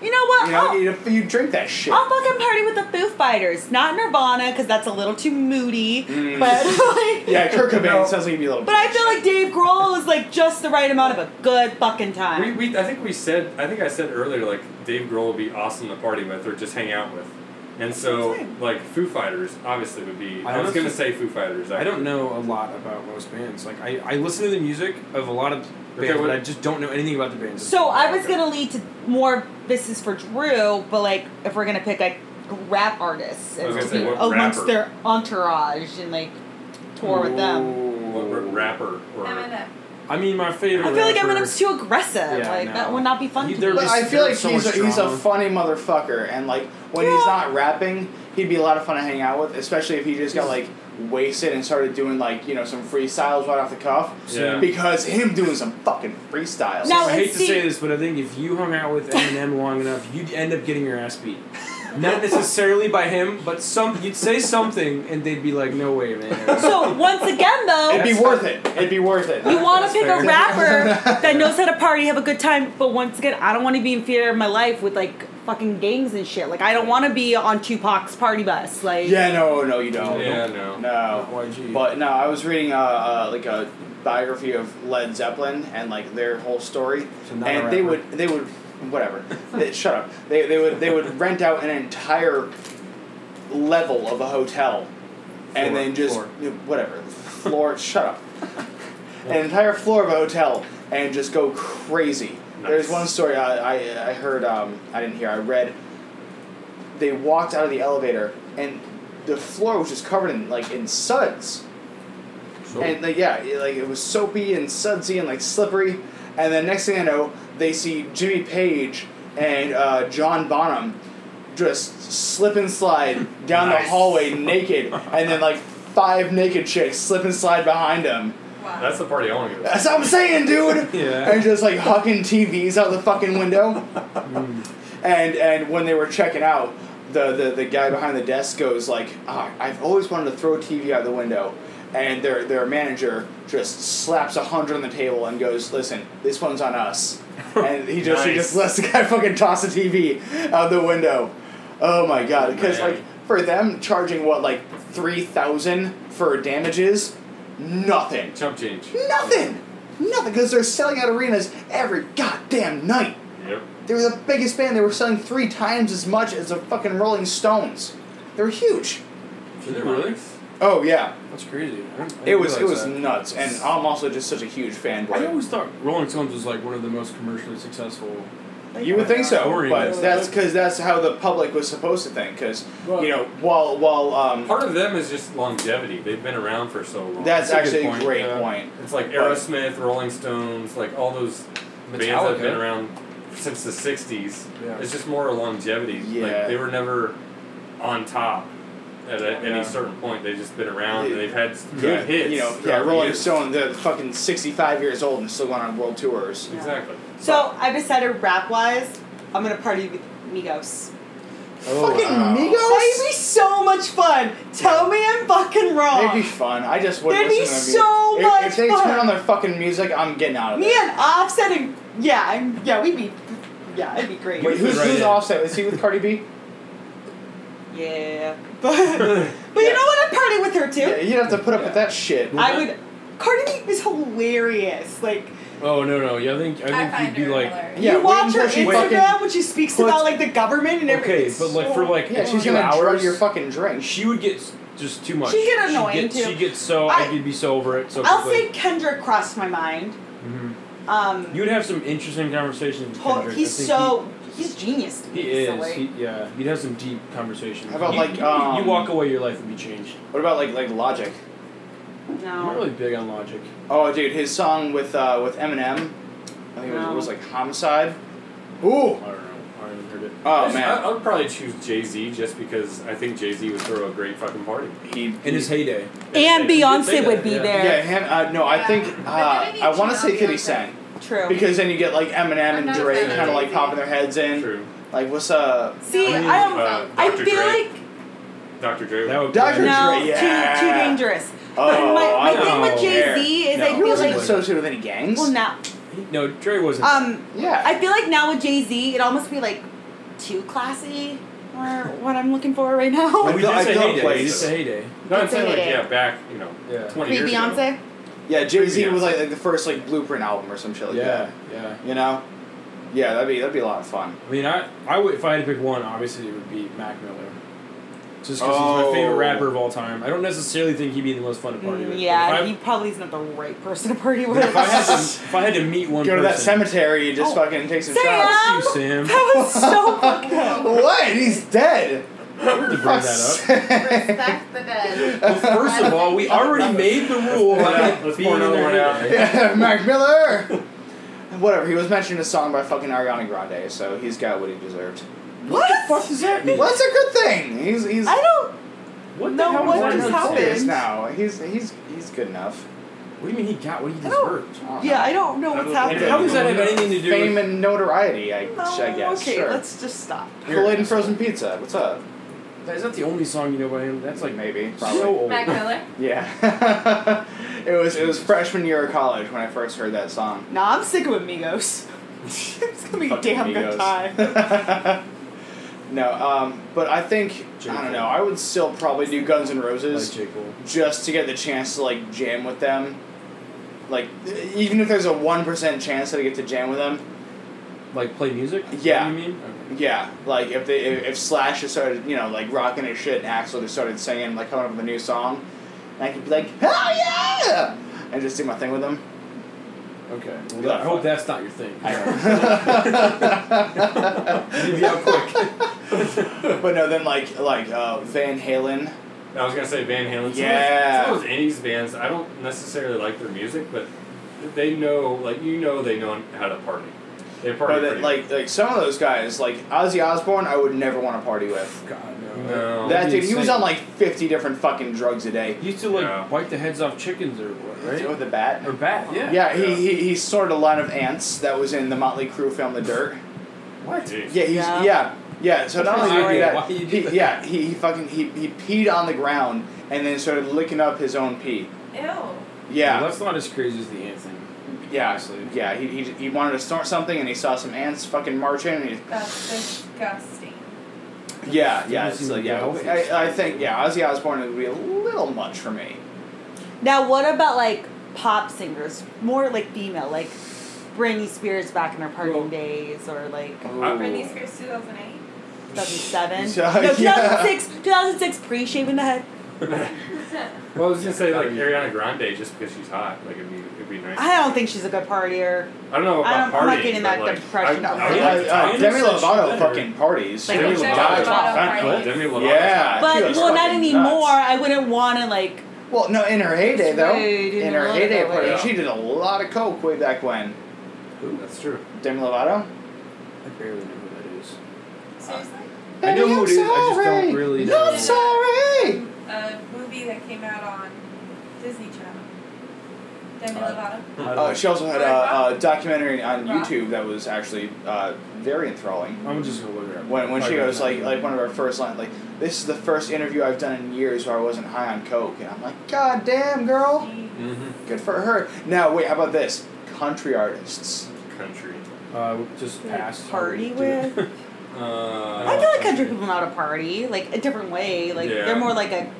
You know what? You know, you, I'll, you drink that shit. I'll fucking party with the Foo Fighters, not Nirvana, because that's a little too moody. Mm. But like, yeah, Kurt Cobain No. sounds like he'd be a little. but I feel like Dave Grohl is like just the right amount of a good fucking We, time. we, I think we said, I think I said earlier, like Dave Grohl would be awesome to party with or just hang out with, and so Same. like Foo Fighters obviously would be. I I, was honestly- gonna say Foo Fighters. I don't know a lot about most bands. Like I, I listen to the music of a lot of Okay, bands, what- but I just don't know anything about the bands. So I was gonna lead to more. This is for Drew, but like if we're gonna pick like rap artists I and was gonna be say, what amongst rapper? their entourage and like tour with them. What ra- rapper or Eminem. I mean, my favorite. I feel like rapper, Eminem's too aggressive. Yeah, like that no. would not be fun He- to they're me. But I feel like so he's a, much he's a drama. funny motherfucker, and like when he's Yeah. not rapping, he'd be a lot of fun to hang out with, especially if he just got like wasted and started doing like you know some freestyles right off the cuff. Yeah. Because him doing some fucking freestyles. Now- I hate See- to say this, but I think if you hung out with Eminem long enough, you'd end up getting your ass beat. Not necessarily by him, but some you'd say something, and they'd be like, "No way, man." So once again, It'd though, be worth it. It'd be worth it. you want That's to pick fair. a rapper that knows how to party, have a good time. But once again, I don't want to be in fear of my life with like fucking gangs and shit. Like I don't want to be on Tupac's party bus. Like Yeah, no, no, you don't. Yeah, no. No. YG. But no, I was reading uh, uh, like a biography of Led Zeppelin and like their whole story, So not a and they rapper. would they would whatever. they, shut up. They they would they would rent out an entire level of a hotel, and Floor, then just floor. whatever floor. shut up. An entire floor of a hotel and just go crazy. There's Nice. one story I, I, I heard, um, I didn't hear, I read. They walked out of the elevator and the floor was just covered in like in suds. And like yeah, it, like it was soapy and sudsy and like slippery. And then next thing I know, they see Jimmy Page and uh, John Bonham just slip and slide down Nice. the hallway naked, and then like five naked chicks slip and slide behind them. Wow. That's the party I want to go. to. That's what I'm saying, dude. yeah, And just like hucking TVs out the fucking window. and and when they were checking out, the, the, the guy behind the desk goes like, ah, I've always wanted to throw a TV out the window. And their their manager just slaps a hundred on the table and goes, Listen, this one's on us. And he just he just lets the guy fucking toss the TV out the window. Oh my god! Because Man. like for them charging what like three thousand for damages, nothing. Chump change. Nothing! Nothing, because they're selling out arenas every goddamn night. Yep. They were the biggest band. They were selling three times as much as the fucking Rolling Stones. They're huge. Did they really? Oh yeah, That's crazy. I didn't- I it didn't was it was realize that. nuts, and I'm also just such a huge I fanboy. always thought Rolling Stones was like one of the most commercially successful. You would think so, Boring. but that's because that's how the public was supposed to think. Because you know, while while um, Part of them is just longevity. They've been around for so long. that's That's a good actually a point, great yeah. point. It's like Aerosmith, Rolling Stones, like all those bands that have been Metallica. around since the '60s. Yeah. It's just more longevity. Yeah. Like they were never on top at a, Yeah. any certain point. They've just been around Yeah. and they've had s- good yeah, hits. you know, yeah, throughout the Rolling years. Stone, they're fucking 65 years old and still going on world tours. Exactly. So I decided rap wise, I'm gonna party with Migos. Oh, fucking That would be so much fun. Tell me I'm fucking They'd be wrong. fun. I just would They'd be listen to so music. much if, if they fun. turn on their fucking music, I'm getting out of Me there. and Offset and yeah, I'm, yeah, we'd be yeah, it'd be great. Wait, who's, Right who's in. offset? Is he with Cardi B? Yeah, but but you know what? I'd party with her too. Yeah, you'd have to put up with that shit. I would. Cardi B was hilarious. Like Oh no no yeah I think I I find think you'd be her like hilarious. Yeah, you watch wait her until she Instagram fucking- when she speaks puts- about like the government and everything. okay It's but like so- for like Yeah, a she's few gonna drug hours your fucking drink. she would get s- just too much. She'd get annoying, she'd get, too. She'd get so I- I, could be so over it so I'll say quickly. Kendrick crossed my mind. Mhm. Um, You'd have some interesting conversations with to- Kendrick. I he's think so he's genius. To He, me, he so, is. like- He, yeah, he'd have some deep conversations. How about, You- like, you, um, you walk away, your life would be changed. What about like like Logic? I'm not no. really big on logic. Oh, dude, his song with uh, with Eminem, I think it was, No. was like Homicide. Ooh. I don't know. I haven't heard it. Oh I, I man, would probably choose Jay Z just because I think Jay Z would throw a great fucking party. he. In his heyday. And He did say Beyonce that, would be yeah. there. Yeah, him. Uh, no, I think Yeah. uh, But didn't he I want to cheat say on 50 Beyonce? Cent True. because then you get like Eminem I'm and not a Drake fan of kind of like Jay-Z. popping their heads in. True. Like, what's up? See, I I mean, don't. Uh, I Dr. feel Dre. like Dr. Dre. That would Dr. be Dre, no, yeah. too too dangerous. Oh, but my, my I thing don't with Jay care. Z is No. I He feel wasn't like associated with any gangs. well now No, Dre wasn't. um yeah. I feel like now with Jay Z it almost be like too classy or what I'm looking for right now. Well, I we feel- I did say feel heyday. like We did so. say heyday. no, I'm saying like Dre. yeah, back you know Yeah. twenty Pre years ago. Beyonce. yeah, Jay Z Beyonce. was like, like the first like Blueprint album or some shit like yeah, yeah. that. You know? Yeah, that'd be that'd be a lot of fun. I mean, I, I would, if I had to pick one, obviously it would be Mac Miller. Just because he's Oh. my favorite rapper of all time. I don't necessarily think he'd be the most fun to party with. Mm, but yeah, If I, he probably is not the right person to party with. if I had to, if I had to meet one Go to that person, cemetery, you just Oh. fucking take some Sam! shots. you, Sam. That was so fucking. What? He's dead. to bring that Respect the dead. up. Well, first of all, we already made the rule. Let's pour about it out. Let's being pour in another their one out. heyday. Yeah, Mac Miller. Whatever. He was mentioned in a song by fucking Ariana Grande, so he's got what he deserved. What? What the fuck does that mean? Well, that's a good thing. He's he's I don't. What the No, hell was what that just in the song? happened? serious now. He's he's he's good enough. What do you mean he got what he I don't- deserved? I don't Yeah, know. I don't know what's And And happening. how does that have anything to do Fame with and notoriety, I, No, I guess. okay, sure. let's just stop. Kool Aid and frozen pizza. What's up? That's not the only song you know by him. That's like Maybe. Probably. so old. Mac Miller. Yeah. it was it was freshman year of college when I first heard that song. Nah, I'm sick of Amigos. it's gonna be a Fucking damn Migos. good time. no, um, but I think J. I don't Cole. know. I would still probably do Guns N' Like Roses J. Cole. just to get the chance to like jam with them. Like even if there's a one percent chance that I get to jam with them, Like play music? Yeah. You mean? Okay. yeah. Like if they if, if Slash just started you know like rocking his shit and Axel just started singing like coming up with a new song, and I could be like hell yeah, and just do my thing with them. Okay. Well, Yeah. that, I hope that's not your thing. I don't. Leave you out quick. but no, then like like uh, Van Halen. I was gonna say Van Halen. Yeah. Some of, those, some of those '80s bands, I don't necessarily like their music, but they know, like you know, they know how to party. They party But pretty then, like like some of those guys, like Ozzy Osbourne, I would never want to party with. God no. No. That dude, he was on like like fifty different fucking drugs a day. he used to like Yeah. bite the heads off chickens or what, right? With the bat. Or bat, yeah. Yeah, he, Yeah. he he started a line of ants that was in the Motley Crue film The Dirt. What? Jeez. Yeah, he's Yeah. yeah. yeah. so not Why only did he do you- that, why you do he- that? yeah, he, he fucking he, he peed on the ground and then started licking up his own pee. Ew. Yeah, Well, that's not as crazy as the ant thing. yeah, Honestly. yeah. He, he, he wanted to snort something and he saw some ants fucking marching and he That's disgusting. Yeah, yeah, Doesn't it's like, seem yeah. healthy. I, I think yeah, Ozzy Osbourne would be a little much for me. Now, what about like pop singers? More like female, like Britney Spears back in her partying Well- days, or like Britney Spears 2008. 2007, Yeah, no, yeah. 2006, 2006 pre-shaving the head. Well, I was gonna say like Ariana Grande just because she's hot, like it'd be it'd be nice. I don't think she's a good partier. I don't know I about don't- I'm not partying, but, getting that like, impression I, of I Uh, would her. like to uh, talk to Demi said she Lovato better. fucking parties. Like, Demi she said Lovato's she better. fucking- Demi Lovato. Yeah. But she was well, not fucking anymore. nuts. I wouldn't want to like. Well, no, in her heyday That's though, right, in her Demi heyday Lovato, party, yeah. she did a lot of coke way back when. Ooh, that's true. Demi Lovato. I barely know who that is. Seriously? I know Baby, who I'm it is, I just don't sorry. really No, I'm know. sorry. A movie that came out on Disney Channel. Demi Uh, Lovato. I don't- Uh, she also had a, a documentary on Rock. YouTube that was actually uh, very enthralling. I'm just gonna look it up. When, Oh, when she Probably goes not. like like one of her first lines like this is the first interview I've done in years where I wasn't high on coke and I'm like god damn oh. girl Mm-hmm. good for her now wait how about this country artists Country. uh, just passed. party with? Uh, I feel like country people know how to party, like a different way. Like Yeah. they're more like a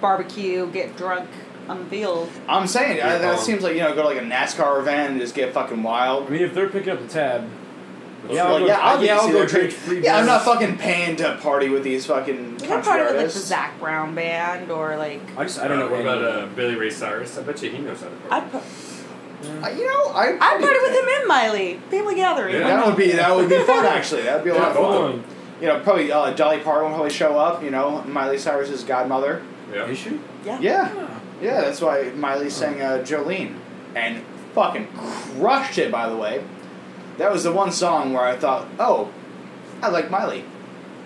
barbecue, get drunk on the field. I'm saying I, Yeah. that seems like you know go to like a NASCAR event and just get fucking I wild mean, if they're picking up the tab, That's true. yeah, I'll Well, go, yeah, I'll be yeah, I'll easy go to drink drink. free yeah I'm not beers. fucking paying to party with these fucking Like, they're country part of like the artists Zach Brown band or like. I just I don't know What any- about uh, Billy Ray Cyrus? I bet you he knows how to party. I'd, par- Uh, you know I I'd party with him and Miley. Family gathering. Yeah. Why that not? would be that would be fun actually that would be a lot Yeah, of fun hold Both on. you know probably uh, Dolly Parton will probably show up you know Miley Cyrus's godmother yeah. Is she? Yeah. yeah. Yeah, that's why Miley sang uh, Jolene and fucking crushed it, by the way. That was the one song where I thought, oh, I like Miley.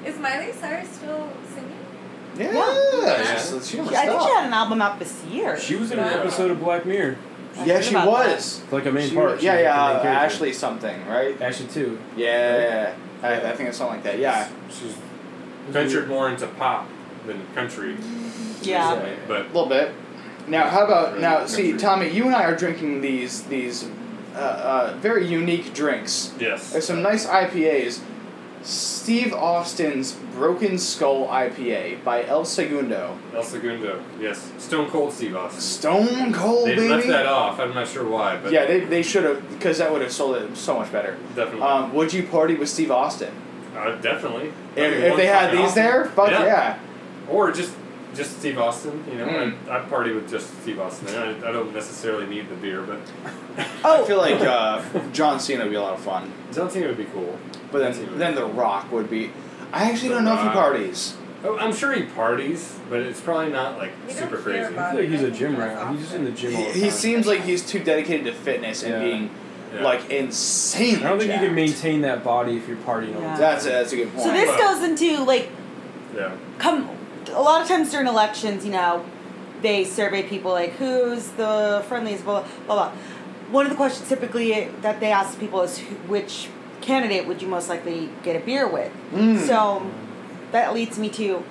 Is Miley Cyrus still singing? Yeah. Yeah. she's- she never Yeah, I think she stopped. had an album out this year. She was in an Yeah. episode of Black Mirror, I yeah, heard she about was. like a main She part. was- She yeah, was yeah, the main uh, character. Ashley something, right? Ashley too. Yeah, I, I think it's something like that. Yeah. She's ventured more into pop than country. that. Yeah. recently, But A little bit. Now, how about Really now? See, remember. Tommy, you and I are drinking these these uh, uh, very unique drinks. yes. There's some nice IPAs. Steve Austin's Broken Skull IPA by El Segundo. El Segundo. Yes. Stone Cold Steve Austin. Stone cold, they baby. left that off. I'm not sure why, but yeah, they, they should have, because that would have sold it so much better. definitely. Um, would you party with Steve Austin? uh, definitely. If, if they had these there, fuck Yeah. yeah. Or just just Steve Austin, you know, Mm. I, I party with just Steve Austin. I, I don't necessarily need the beer, but Oh. I feel like uh, John Cena would be a lot of fun. John Cena would be cool. But John Cena then, would then be The Rock would be. I actually The don't know if he Rock. parties. Oh, I'm sure he parties, but it's probably not like We don't super hear crazy. I about feel like he's a gym rat. He's just in the He, gym all the time. he seems like he's too dedicated to fitness and Yeah. being Yeah. like insanely. I don't think you can jacked. maintain that body if you're partying all the Yeah. time. That's a, that's a good point. So this Wow. goes into like yeah, come a lot of times during elections, you know, they survey people like who's the friendliest, blah blah blah. One of the questions typically that they ask people is who, which candidate would you most likely get a beer with. Mm. So that leads me to,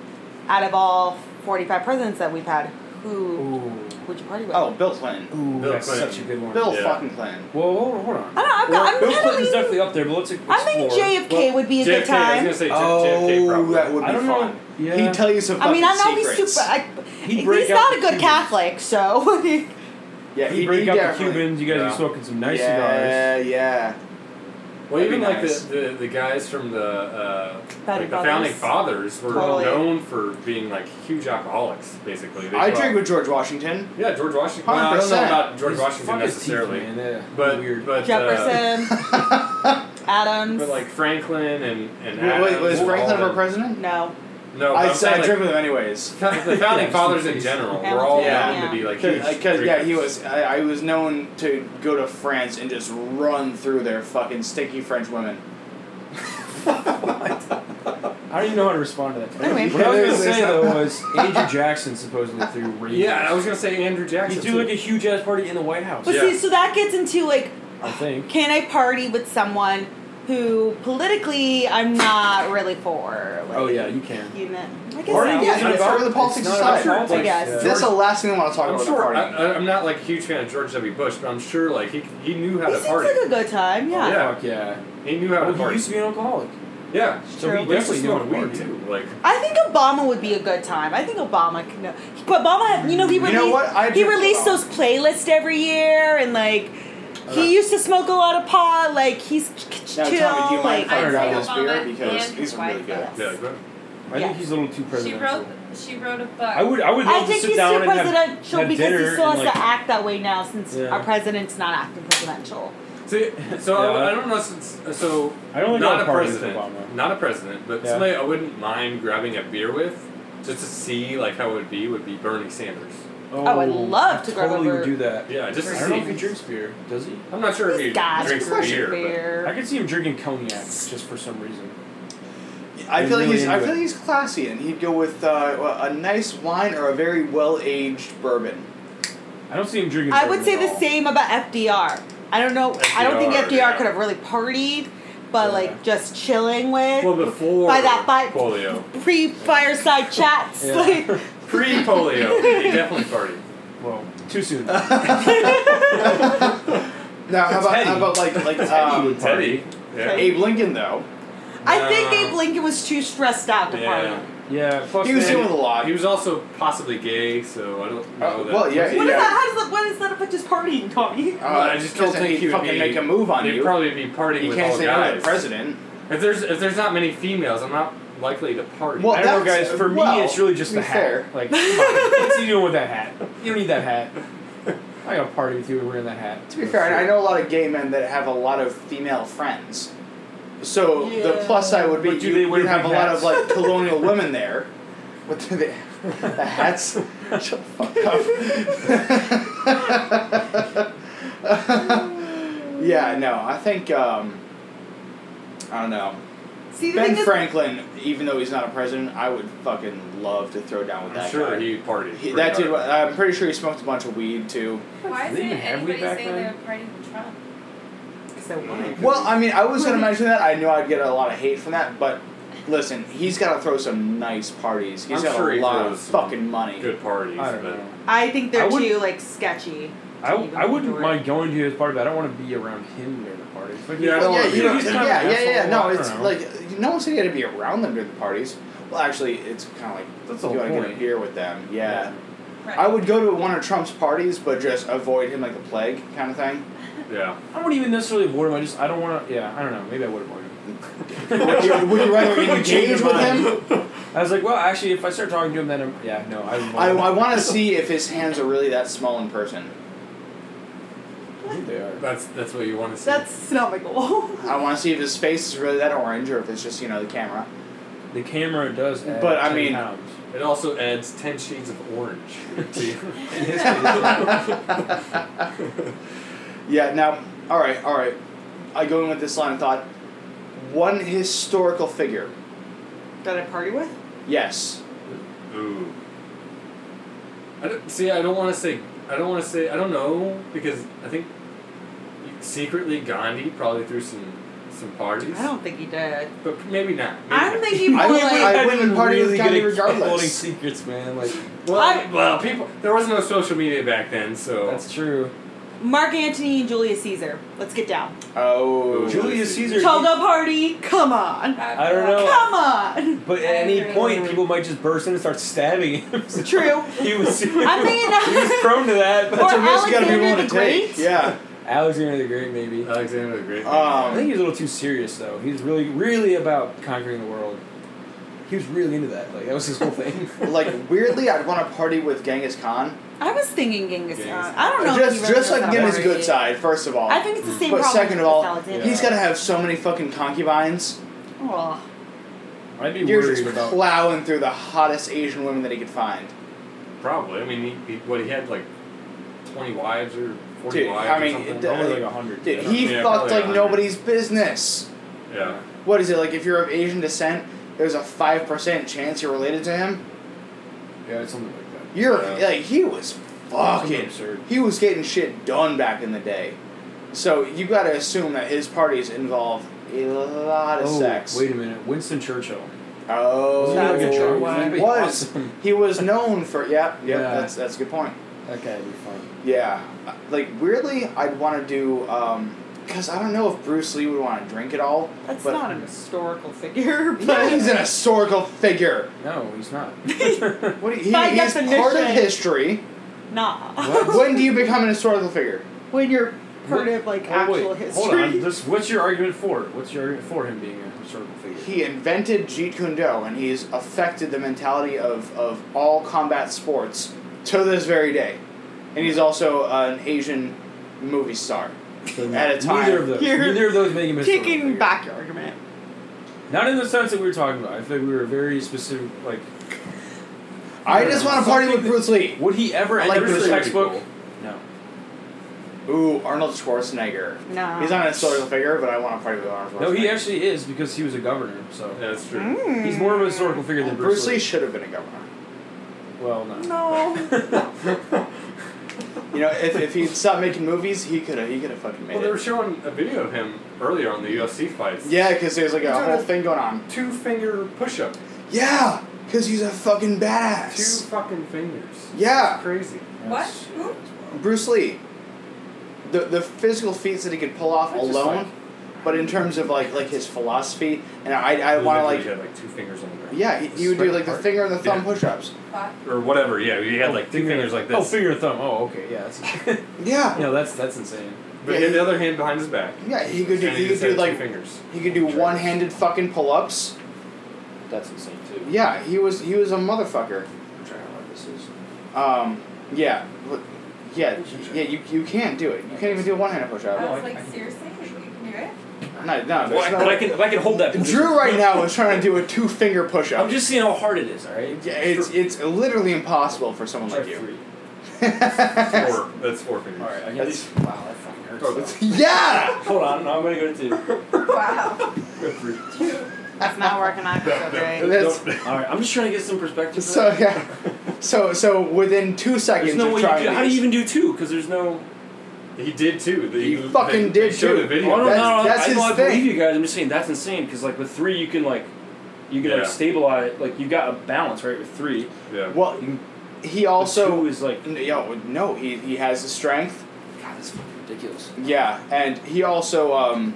out of all forty-five presidents that we've had, who Ooh, would you party with? Oh, Bill Clinton. ooh, Bill that's Clinton. such a good one. Bill Yeah. fucking Clinton. Well, hold on. Hold on. I don't know. I've Well, got, Bill I'm kind of Clinton's leaning. definitely up there, but let's explore. I'm thinking JFK would be a JFK. good time. I was gonna say J- JFK Oh, probably. that would be I don't fun. know. Yeah. He'd tell you some I mean, I fucking know he's secrets. super. I, He'd break he's out not the a good Cubans. Catholic, so yeah, He'd he break he out the definitely- Cubans. You guys Yeah. are smoking some nice cigars. yeah, yeah. Well, That'd even be like nice. the, the, the guys from the uh, like Founding the founding fathers were Totally. known for being like huge alcoholics, basically. They I go out- drink with George Washington. yeah George Washington. Well, I don't know 100%. about George His Washington fucking teeth, necessarily, man, they're but weird. but uh, Jefferson, Adams. but like Franklin and and Wait, wait, Adams, was all Franklin the- ever president? no, No, but I, I'm s- I saying, like, drink with him anyways. the founding Yeah, fathers just- in general Yeah. were all Yeah. known to be like huge. Because yeah, he drinkers. was. I, I was known to go to France and just run through their fucking stinky French women. I don't even know how to respond to that. Anyway. What I was There's- gonna say there's- though was Andrew Jackson supposedly threw raves. Yeah, I was gonna say Andrew Jackson. He threw like a huge ass party in the White House. but Yeah. see, so that gets into like, I think. can I party with someone who politically I'm not really for? Like, Oh yeah, you can. you know, I guess Party so. is not about- the politics it's not aside. about politics. I guess. Yeah. That's the last thing I want to talk I'm about. at a sure. party. I, I- I'm not like a huge fan of George W. Bush, but I'm sure like he he knew how He to seems party. like a good time. Yeah. Yeah. Fuck Oh, yeah. he knew how to Well, he party. used to be an alcoholic. yeah, So True. he he used to definitely knew how smoke to weed party. too. Like I think Obama would be a good time. I think Obama could know. But Obama, had- you know, he You know released what? I he agree with released Obama. those playlists every year, and like he used to smoke a lot of pot. Like he's ch- ch- now, chill. Tommy, do you mind like, if I I'd grab say this beer Obama because and these are really White good. House. yeah, like, I think Yes. he's a little too She presidential. wrote. She wrote a book. I would. I would love I to think sit he's down and too have presidential have because he dinner still has and, like- to act that way now since Yeah. our president's not acting presidential. See, so Yeah. I, I don't know. Since, so I don't think not I'll a party with president, Obama. not a president, but Yeah. somebody I wouldn't mind grabbing a beer with, just to see like how it would be. Would be Bernie Sanders. Oh, I'd love to grab totally over- would do that. Yeah, just to I don't know if he see. drinks beer. Does he? I'm not sure if he He's got drinks a beer, I beer. could see him drinking cognac just for some reason. I He's feel like really he's. I into feel it. like he's classy, and he'd go with uh, a nice wine or a very well aged bourbon. I don't see him drinking. I bourbon would say at the all. same about FDR. I don't know. I don't think FDR, FDR yeah. could have really partied, but Yeah. like just chilling with but well before By that fight- polio, pre fireside chats. Yeah. Like, pre polio, he definitely partied. Well, too soon. now, how about Teddy. how about like like um, Teddy, yeah. Abe Lincoln though? I think Nah. Abe Lincoln was too stressed out to Yeah. Uh, party. yeah. Plus, He was then- dealing with a lot. He was also possibly gay, so I don't know Uh, that. well, yeah, What is yeah. that? How does that? What is that about just partying, Tommy? Uh, I just don't doesn't think he he would fucking be- make a move on They'd you. probably be partying you with can't all say no to guys. the president. If there's if there's not many females, I'm not likely to party. Well, I don't know, that's- guys. For well, me, it's really just to the be hat. fair. Like, come on, what's he doing with that hat? You don't need that hat. I got to party with you wearing that hat. To be fair, I know a lot of gay men that have a lot of female friends. So the plus side would be But do you they wear you'd have a big lot hats? of like colonial women there. What do they? The hats. Shut the fuck up. yeah, no, I think um, I don't know. See, the Ben thing is, Franklin, even though he's not a president, I would fucking love to throw down with I'm that sure guy. he partied. He- pretty that dude, hard. I'm pretty sure he smoked a bunch of weed too. Why Did they isn't even have anybody weed back saying then? they're partying with Trump? So what? Well, I mean, I was gonna mention that. I knew I'd get a lot of hate from that, but listen, he's gotta throw some nice parties. He's I'm got sure a he lot of throws some fucking money. good parties, I don't but know. I think they're I would- too like sketchy. I, to even I wouldn't enjoy it. mind going to his party, but I don't want to be around him during the party. It's Like, Yeah, I don't yeah, wanna be you around don't- he's him. kind of yeah, an yeah, yeah. asshole. No, I don't it's know. like no one said you had to be around them during the parties. Well, actually, it's kind of like that's the you whole want to get a point. beer with them. Yeah, Right. I would go to one of Trump's parties, but just avoid him like the plague, kind of thing. yeah. I wouldn't even necessarily avoid him. I just I don't want to. Yeah, I don't know. Maybe I would avoid him. would, you, would you rather Quickly engage change your with him? I was like, well, actually, if I start talking to him, then I'm, yeah, no, I won't. I, I want to see if his hands are really that small in person. I think they are. That's that's what you want to see. That's not my goal. I want to see if his face is really that orange or if it's just, you know, the camera. The camera does. Add But, I 10 mean- pounds. it also adds ten shades of orange. to- yeah, now, all right, all right. I go in with this line of thought. One historical figure. That I party with? Yes. Ooh. I don't, see. I don't want to say. I don't want to say. I don't know because I think secretly Gandhi probably threw some some parties, I don't think he did. but maybe not. Maybe I'm not. thinking more I would- like. I wouldn't party with really Gandhi good at regardless. Holding secrets, man. Like Well, I- well, people. There was no social media back then, so that's true. Mark Antony and Julius Caesar. Let's get down. Oh. Julius Caesar. Toga party, come on. I don't know. Come on. But at any point, people might just burst in and start stabbing him. True. he was. I he was mean, prone to that. But Or That's a risk you gotta be Alexander willing to the take. Great? Yeah. Alexander the Great, maybe. Uh, Alexander the Great. I think Um, he was a little too serious, though. He was really, really about conquering the world. He was really into that. Like that was his whole thing. like, weirdly, I'd want to party with Genghis Khan. I was thinking Genghis Genghis Khan. Khan. I don't know. if he Just, really just knows like how to Genghis' party. good side, first of all. I think it's the same But problem. second of all, with Alexander. He's got to have so many fucking concubines. Oh. I'd be You're worried just about. plowing through the hottest Asian women that he could find. Probably. I mean, he, he, what he had like twenty wives or forty Dude, wives I or mean, something. it- Probably like a hundred. Dude, I don't he Yeah, fucked probably like 100. nobody's business. yeah. What is it like? If you're of Asian descent, there's a five percent chance you're related to him. know. yeah, it's something like that. You're Yeah. like he was Something fucking. absurd. He was getting shit done back in the day. So you got to assume that his parties involve a lot of oh, sex. wait a minute, Winston Churchill. Oh, Wasn't he like a That's drunk? why. That'd be Was. awesome. he was known for yep, yep. Yeah. That's that's a good point. That guy would be fun. Yeah, Uh, like weirdly, I'd want to do um, cause I don't know if Bruce Lee would want to drink it all. That's but not an historical figure, No, but he's an historical figure. No, he's not. What do you, he, By he's part of definition. history. nah. What? when do you become an historical figure? When you're part of like Oh, actual wait, history. Hold on. This, what's your argument for? it? What's your argument for him being a historical figure? He invented Jeet Kune Do, and he's affected the mentality of, of all combat sports to this very day. And he's also uh, an Asian movie star. So At a time. Neither of those. You're neither of those make him a historical Taking figure. back your argument. Not in the sense that we were talking about. I think we were very specific. Like, I just want to party with Something Bruce Lee. would he ever I like enter Bruce the Lee. textbook? No. Ooh, Arnold Schwarzenegger. No. He's not a historical figure, but I want to party with Arnold Schwarzenegger. No, he actually is because he was a governor. So Yeah, that's true. Mm. he's more of a historical figure Hmm. Bruce, than Lee. should have been a governor. Well, no. No. You know, if, if he'd stopped making movies, he could have he could have fucking made Well, they were it. showing a video of him earlier on the UFC fights. Yeah, because there's like a He's on whole a- thing going on. Two finger push up. Yeah, because he's a fucking Two badass. fucking fingers. Yeah. It's crazy. What? That's- Who? Bruce Lee. The the physical feats that he could pull off I just alone, like- but in terms of like like his philosophy, and I I want to Literally like had like two fingers on the ground. yeah he, he would do like the finger and the thumb Yeah. push-ups. Fuck. Or whatever, yeah. He had Oh, like two finger- fingers like Oh, this. finger and thumb. Oh, okay, yeah. That's, Yeah, no, that's that's insane. but he had the other hand behind his back. yeah he could do and he could just do had like two fingers. he could do one-handed fucking pull-ups. That's insane too. Yeah, he was he was a motherfucker. I'm trying to know what this is. Um, yeah, look- yeah, yeah. You, you can't do it. You can't even do a one handed push I up. was like, seriously? You can do it? No, no. Well, I, there's but I no can, if I can hold that. Position, Drew right now is trying to do a two finger push up. I'm just seeing how hard it is. All right. Yeah, it's it's literally impossible for someone Try like you. three. Four. That's four fingers. All right. I can, That's- wow, that fucking hurts. Oh, yeah. though. Hold on. No, I'm gonna go to two. Wow. three. That's not working out so no. great. That's- Don't- All right. I'm just trying to get some perspective. for So that. yeah. So so within two seconds There's no of way. You trying could, how do these- you even do two? Because there's no. He did too. They- He they- fucking they did showed too. a Oh, no, video. That's- no, no, that's I, know, his I believe thing. you guys. I'm just saying that's insane because like with three you can like, you can like Yeah. stabilize like you got a balance right with three. But Yeah. Well, he two also. is like N- Yo, no, he he has the strength. God, that's fucking ridiculous. Yeah, and he also um,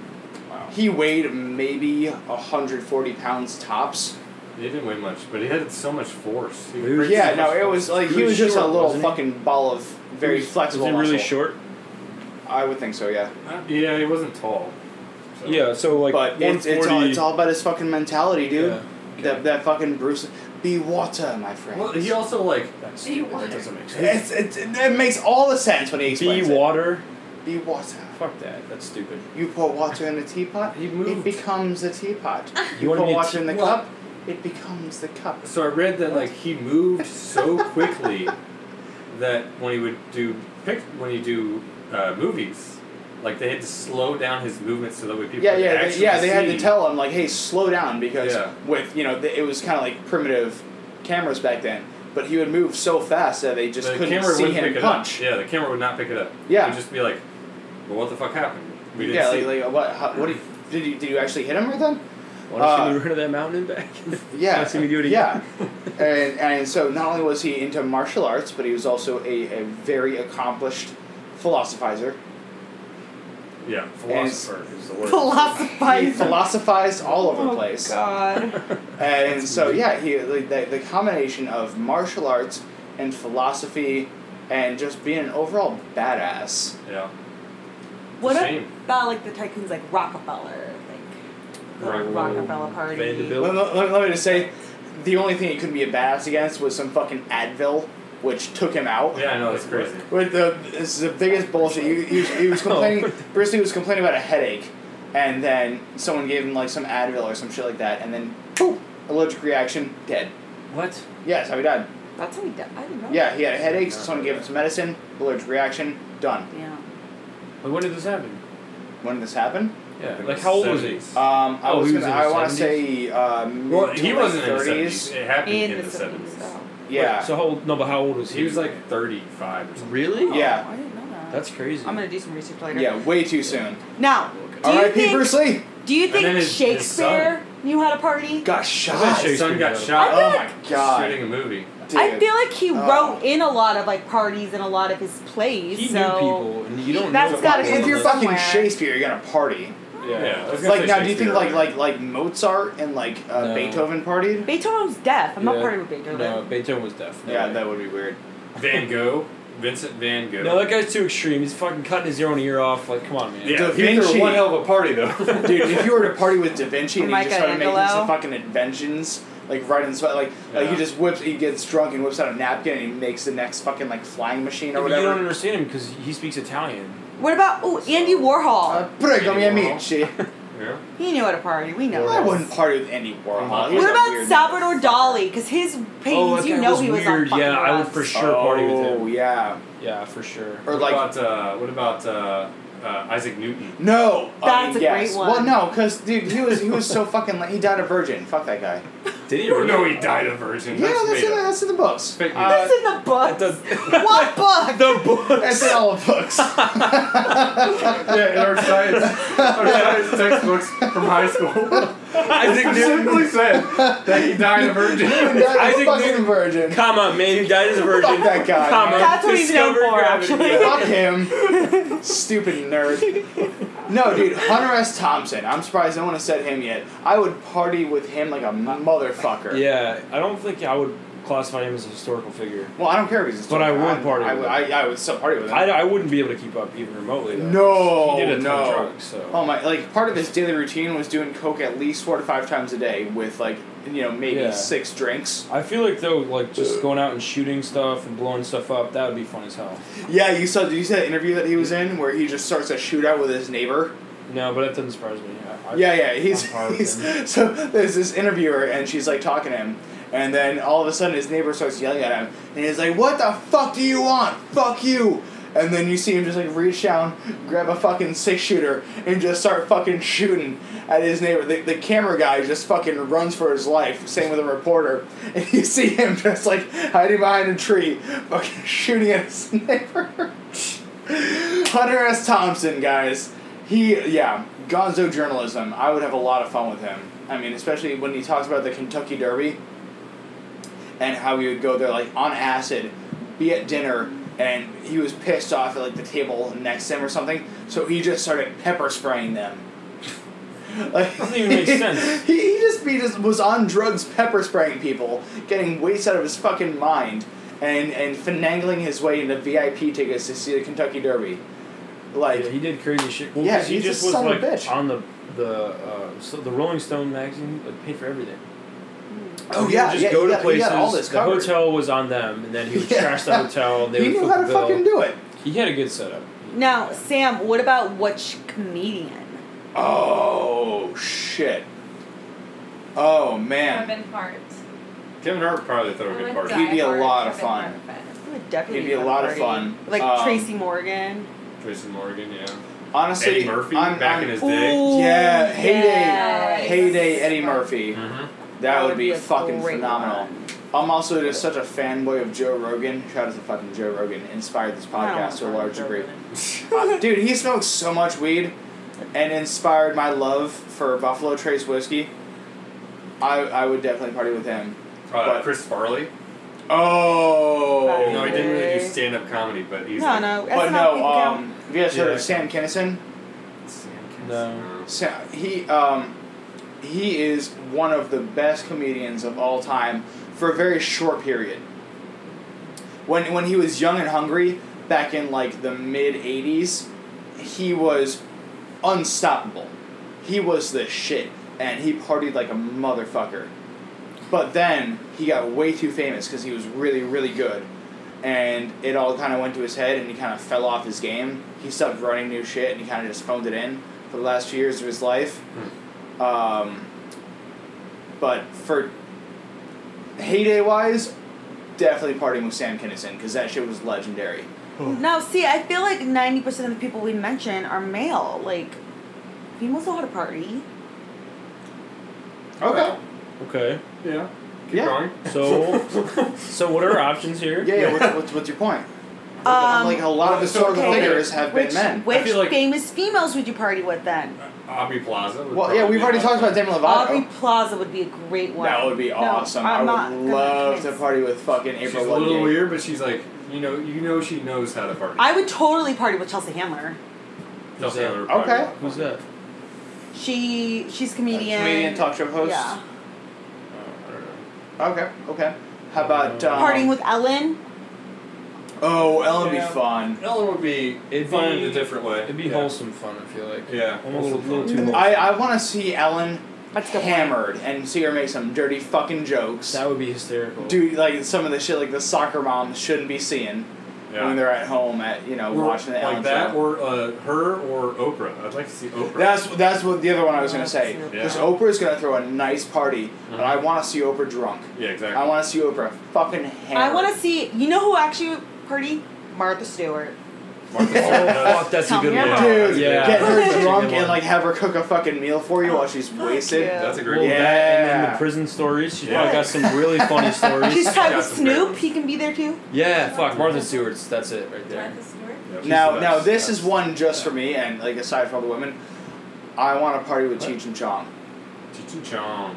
he weighed maybe hundred forty pounds tops. He didn't weigh much, but he had so much force. He He was- created Yeah, so no, much it force. was like he Really was just a short, little wasn't he? fucking ball of very Was- flexible. was he really muscle. short? I would think so, yeah. Uh, Yeah, he wasn't tall. So. Yeah, so like but it's, it's all it's all about his fucking mentality, dude. Yeah, okay. That that fucking Bruce, be water, my friend. Well, he also like That's Do you stupid. want- That doesn't make sense. it's, it's, it makes all the sense when he Be explains it. water. Be water. Fuck that. That's stupid. You pour water in a teapot, He it moved. becomes a teapot. You want pour me to water te- in the Well- cup, it becomes the cup. So I read that like he moved so quickly that when he would do pic when he do uh, movies, like they had to slow down his movements so that way people Yeah, could yeah, they, actually yeah. They had to see. tell him like, "Hey, slow down," because Yeah. with you know th- it was kind of like primitive cameras back then. But he would move so fast that they just the couldn't camera see wouldn't him pick punch. it up. Yeah, the camera would not pick it up. Yeah. it would just be like, well, what the fuck happened? We didn't Yeah, see. like, like what? How, what did you, did you did you actually hit him or them? Why don't Uh, you move rid of that mountain and back? Yeah, Let's see me do it yeah. and and so not only was he into martial arts, but he was also a, a very accomplished philosophizer. yeah, philosopher is the word. He Philosophize. philosophized all over the Oh, place. God. And so, yeah, he like, the, the combination of martial arts and philosophy and just being an overall badass. Yeah, What Shame. about like the tycoons like Rockefeller? Like Right. the Rockefeller Party. Vanderbilt. Let, let- let me just say, the only thing he couldn't be a badass against was some fucking Advil, which took him out. yeah, I know that's crazy. With the, this is the biggest bullshit. He, he was, he was complaining, Bruce Lee was complaining about a headache, and then someone gave him like some Advil or some shit like that, and then, boop, allergic reaction, dead. What? Yes, how he died. That's how he died. I didn't know. Yeah, he had a headache, so someone gave him some medicine, allergic reaction, done. Yeah. Like, when did this happen? When did this happen? Yeah. Like Like how old was he? seventies. Um, I Oh, was he was gonna, in the I want to 70s? say um, well, he wasn't in the seventies. thirties. It happened In, the, the 70s. seventies. though. Yeah, Wait, so how old? No, but how old was he? He was like thirty-five or something. really? Yeah. Oh, I didn't know that. That's crazy. I'm gonna do some research later. yeah, way too soon. Now, do you R.I.P. think Bruce Lee do you And think then his- his Shakespeare knew how to party? got shot. His son got Shakespeare. shot. Oh my god, Shooting a movie. dude. I feel like he Oh. wrote in a lot of like parties and a lot of his plays. he knew so people, and you don't That's know. gotta if come you're from fucking somewhere. Shakespeare, you're gonna party. Yeah. Yeah. I was gonna Like say now, do you think Shakespeare. like like like Mozart and like uh, No. Beethoven partied? Beethoven was deaf. I'm not Yeah. partying with Beethoven. No, Beethoven was deaf. No Yeah, way. that would be weird. Van Gogh Vincent Van Gogh. No, that guy's too extreme. He's fucking cutting his own ear off. Like, come on, man. Yeah, Da he threw Vinci. one hell of a party though. Dude, if you were to party with Da Vinci and he just started making Michelangelo. some fucking inventions, like right in sweat, like like he Yeah. just whips, he gets drunk and whips out a napkin and he makes the next fucking like flying machine or But you don't whatever. understand him because he speaks Italian. What about ooh, Andy Uh, Warhol? Prego, Andy mi Warhol. amici. yeah. He knew how to party. We know. I this. wouldn't party with any Warhol. He's What a about weird Salvador motherfucker. Dali? Because his oh, paintings, that you guy know, was he was weird. on yeah, I would fucking for drugs. sure party with Oh, him. yeah. Yeah, for sure. Or what like, about uh, what about uh, uh, Isaac Newton? no. I mean, That's a yes. great one. Well, no, because dude, he was he was so fucking. la- He died a virgin. Fuck that guy. Did he? Or Really? no, he died a virgin. yeah, that's that's made in, up. that's in the books. Fake news. That's in the book. what book? The book. That's in all the books. yeah, in our science, our science textbooks from high school. Isaac Simply said that he died a virgin. That's Isaac fucking Newton- virgin. comma, man, he died as a virgin. Fuck that guy. Comma, That's what he's known discovered for, gravity. actually. Fuck him. Stupid nerd. No, dude, Hunter S. Thompson. I'm surprised no one has said him yet. I would party with him like a motherfucker. Yeah, I don't think I would classify him as a historical figure. Well, I don't care if he's a But I stalker. would I- party I, with would- I, I would still party with him. I, I wouldn't be able to keep up even remotely. Though. no, he did a ton no. of drugs. So Oh my! Like part of his daily routine was doing coke at least four to five times a day with like you know maybe Yeah. six drinks. I feel like though, like just going out and shooting stuff and blowing stuff up, that would be fun as hell. Yeah, you saw. Did you see that interview that he was in where he just starts a shootout with his neighbor? No, but that doesn't surprise me. I, I, Yeah, yeah. He's, I'm hard he's- with so there's this interviewer, and she's like talking to him, and then all of a sudden his neighbor starts yelling at him, and he's like, "What the fuck do you want? Fuck you!" And then you see him just like reach down, grab a fucking six shooter, and just start fucking shooting at his neighbor. The, the camera guy just fucking runs for his life. Same with a reporter, and you see him just like hiding behind a tree, fucking shooting at his neighbor. Hunter S. Thompson, guys. He, yeah, gonzo journalism. I would have a lot of fun with him. I mean, especially when he talks about the Kentucky Derby and how he would go there, like, on acid, be at dinner, and he was pissed off at, like, the table next to him or something, so he just started pepper spraying them. Like, Doesn't even make sense. He, he just he just was on drugs, pepper spraying people, getting waste out of his fucking mind, and and finagling his way into VIP tickets to see the Kentucky Derby. Like, yeah, he did crazy shit. Well, Yeah, 'cause he he's a just was son of a like bitch. on the the uh, so the Rolling Stone magazine like, paid for everything. Oh He would yeah, just yeah, go he to got- he places. got all this the covered. hotel was on them, and then he would Yeah. trash the hotel. They he would knew foot how to the bill. fucking do it. He had a good setup. Now, Sam, what about which comedian? Oh shit. Oh man, Kevin Hart. Kevin Hart probably threw a I'm Oh good a party. He'd be a diehard lot of Kevin Hart fun. fan. I would definitely It'd be a have lot of party. fun. Like Um, Tracy Morgan. Jason Morgan, yeah. honestly, Eddie Murphy I'm, back I'm- in his Ooh, day. yeah, heyday, yeah. heyday Eddie Murphy. Mm-hmm. That would would be a fucking great phenomenal. one. I'm also just such a fanboy of Joe Rogan. Shout out to fucking Joe Rogan. Inspired this I don't podcast to a want large Joe degree. Rogan. Uh, dude, he smokes so much weed and inspired my love for Buffalo Trace whiskey. I, I would definitely party with him. Uh, But- Chris Farley. Oh. No, he didn't really do stand up comedy, but he's No, like, no, that's But not no, people count. um, have you guys heard Yeah, of Sam Kinison? Sam Kinison. No. Sa- he um, he is one of the best comedians of all time for a very short period. When when he was young and hungry, back in like the mid '80s, he was unstoppable. He was the shit, and he partied like a motherfucker. But then he got way too famous because he was really really good. And it all kind of went to his head, and he kind of fell off his game. He stopped writing new shit, and he kind of just phoned it in for the last few years of his life. Hmm. Um, but for heyday wise, definitely partying with Sam Kinison because that shit was legendary. No, see, I feel like ninety percent of the people we mention are male. Like, females know how to party. Okay. Okay, Yeah. Keep Yeah. going. so so what are our options here? Yeah, yeah. What's, what's, what's your point? Um, like a lot of the so- historical okay. figures have which been men. which feel like- famous females would you party with then? Aubrey Plaza. would Well, yeah, probably we've be already up talked there. about Demi Lovato. Aubrey Plaza would be a great one. that would be No, awesome. I'm I not would gonna love to convince- party with fucking She's April a little Ludgate. weird, but she's like, you know, you know, she knows how to party. I would totally party with Chelsea Handler. They'll say they're Okay. probably- Who's that? She she's Comedian, comedian. talk show host. Yeah. Oh, I don't know. Okay. Okay. How about Uh, um, Partying with Ellen. Oh, that'll Yeah. be fun. Ellen would be It'd fun be- in a different way. It'd be yeah. wholesome fun. I feel like. Yeah. A little, little too wholesome. I, I want to see Ellen That's a good point. hammered and see her make some dirty fucking jokes. that would be hysterical. Do like some of the shit like the soccer moms shouldn't be seeing Yeah. when they're at home at you know Or watching the like Ellen that, show. or uh, her, or Oprah. I'd like to see Oprah. That's that's what the other one I was gonna That's say. your- Because Yeah. Oprah's gonna throw a nice party, but Mhm. I want to see Oprah drunk. yeah, exactly. I want to see Oprah fucking hammered. I want to see. You know who actually party? Martha Stewart. Martha Oh, Stewart does. Fuck, that's Tell a good me one. about Dude, Yeah. get That's a her good drunk one. and like have her cook a fucking meal for you while she's Oh, fuck wasted. yeah. That's a great Well, Yeah. that and then the prison stories. She's probably got some really funny She's stories. tied got with some great Snoop. ones. He can be there too. yeah, fuck Martha Stewart's. That's it right there. Martha Stewart. Yeah, she's Now, the now best. this is one just for me, and like aside from all the women, I want to party with Cheech and Chong. Cheech and Chong.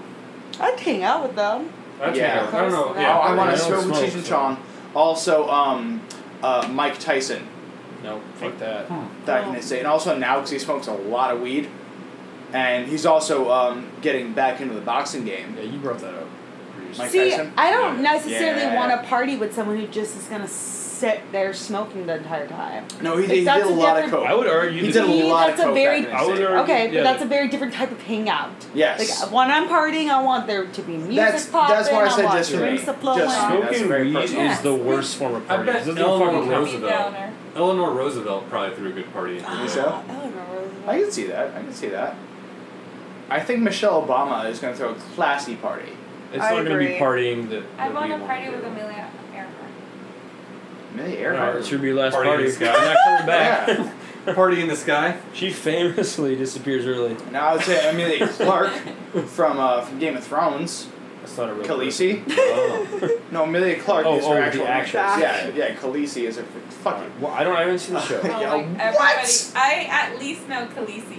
I'd hang out with them. That's Yeah. kind of- I don't know. Close I- Yeah, Oh, I, want I to don't smoke with smoke, Cheech and so- Chong. Also, um, uh, Mike Tyson No, fuck that. Oh. back in his day, and also now because he smokes a lot of weed, and he's also um, getting back into the boxing game. Yeah, you brought that up. Mike See, Tyson? I don't Yeah. necessarily Yeah. want to party with someone who just is gonna sit there smoking the entire time. No, he, Like, he did that's a a lot of different- coke. I would argue he that did a To me, lot that's of a coke very- back in his I would day. argue- Okay, yeah. but that's a very different type of hangout. Yes. Like when I'm partying, I want there to be music That's- popping. that's why I said want just for me. drinks to flow Just in. for me. smoking That's very weed personal. is the worst form of I party. bet This is Ellen fucking would Debbie gross. Roosevelt. Downer. Eleanor Roosevelt probably threw a good party. in her Think day. so? Ah, I don't remember. I can see that. I can see that. I think Michelle Obama is going to throw a classy party. It's I not going to be agree. partying that. I that we want to wanna party do. with Amelia Earhart. Millie Alright, it Earhart. should be your last Party in party. the sky. I'm not coming back. Yeah. Party in the sky. She famously disappears early. Now I would say Amelia Clark from uh, from Game of Thrones. That's not a real. Khaleesi. Oh. No, Amelia Clark Oh, is her oh, the actual actress. Yeah, yeah. Khaleesi is her fucking. Well, I don't. I haven't seen the show. Yeah, Oh, what? like everybody. I at least know Khaleesi.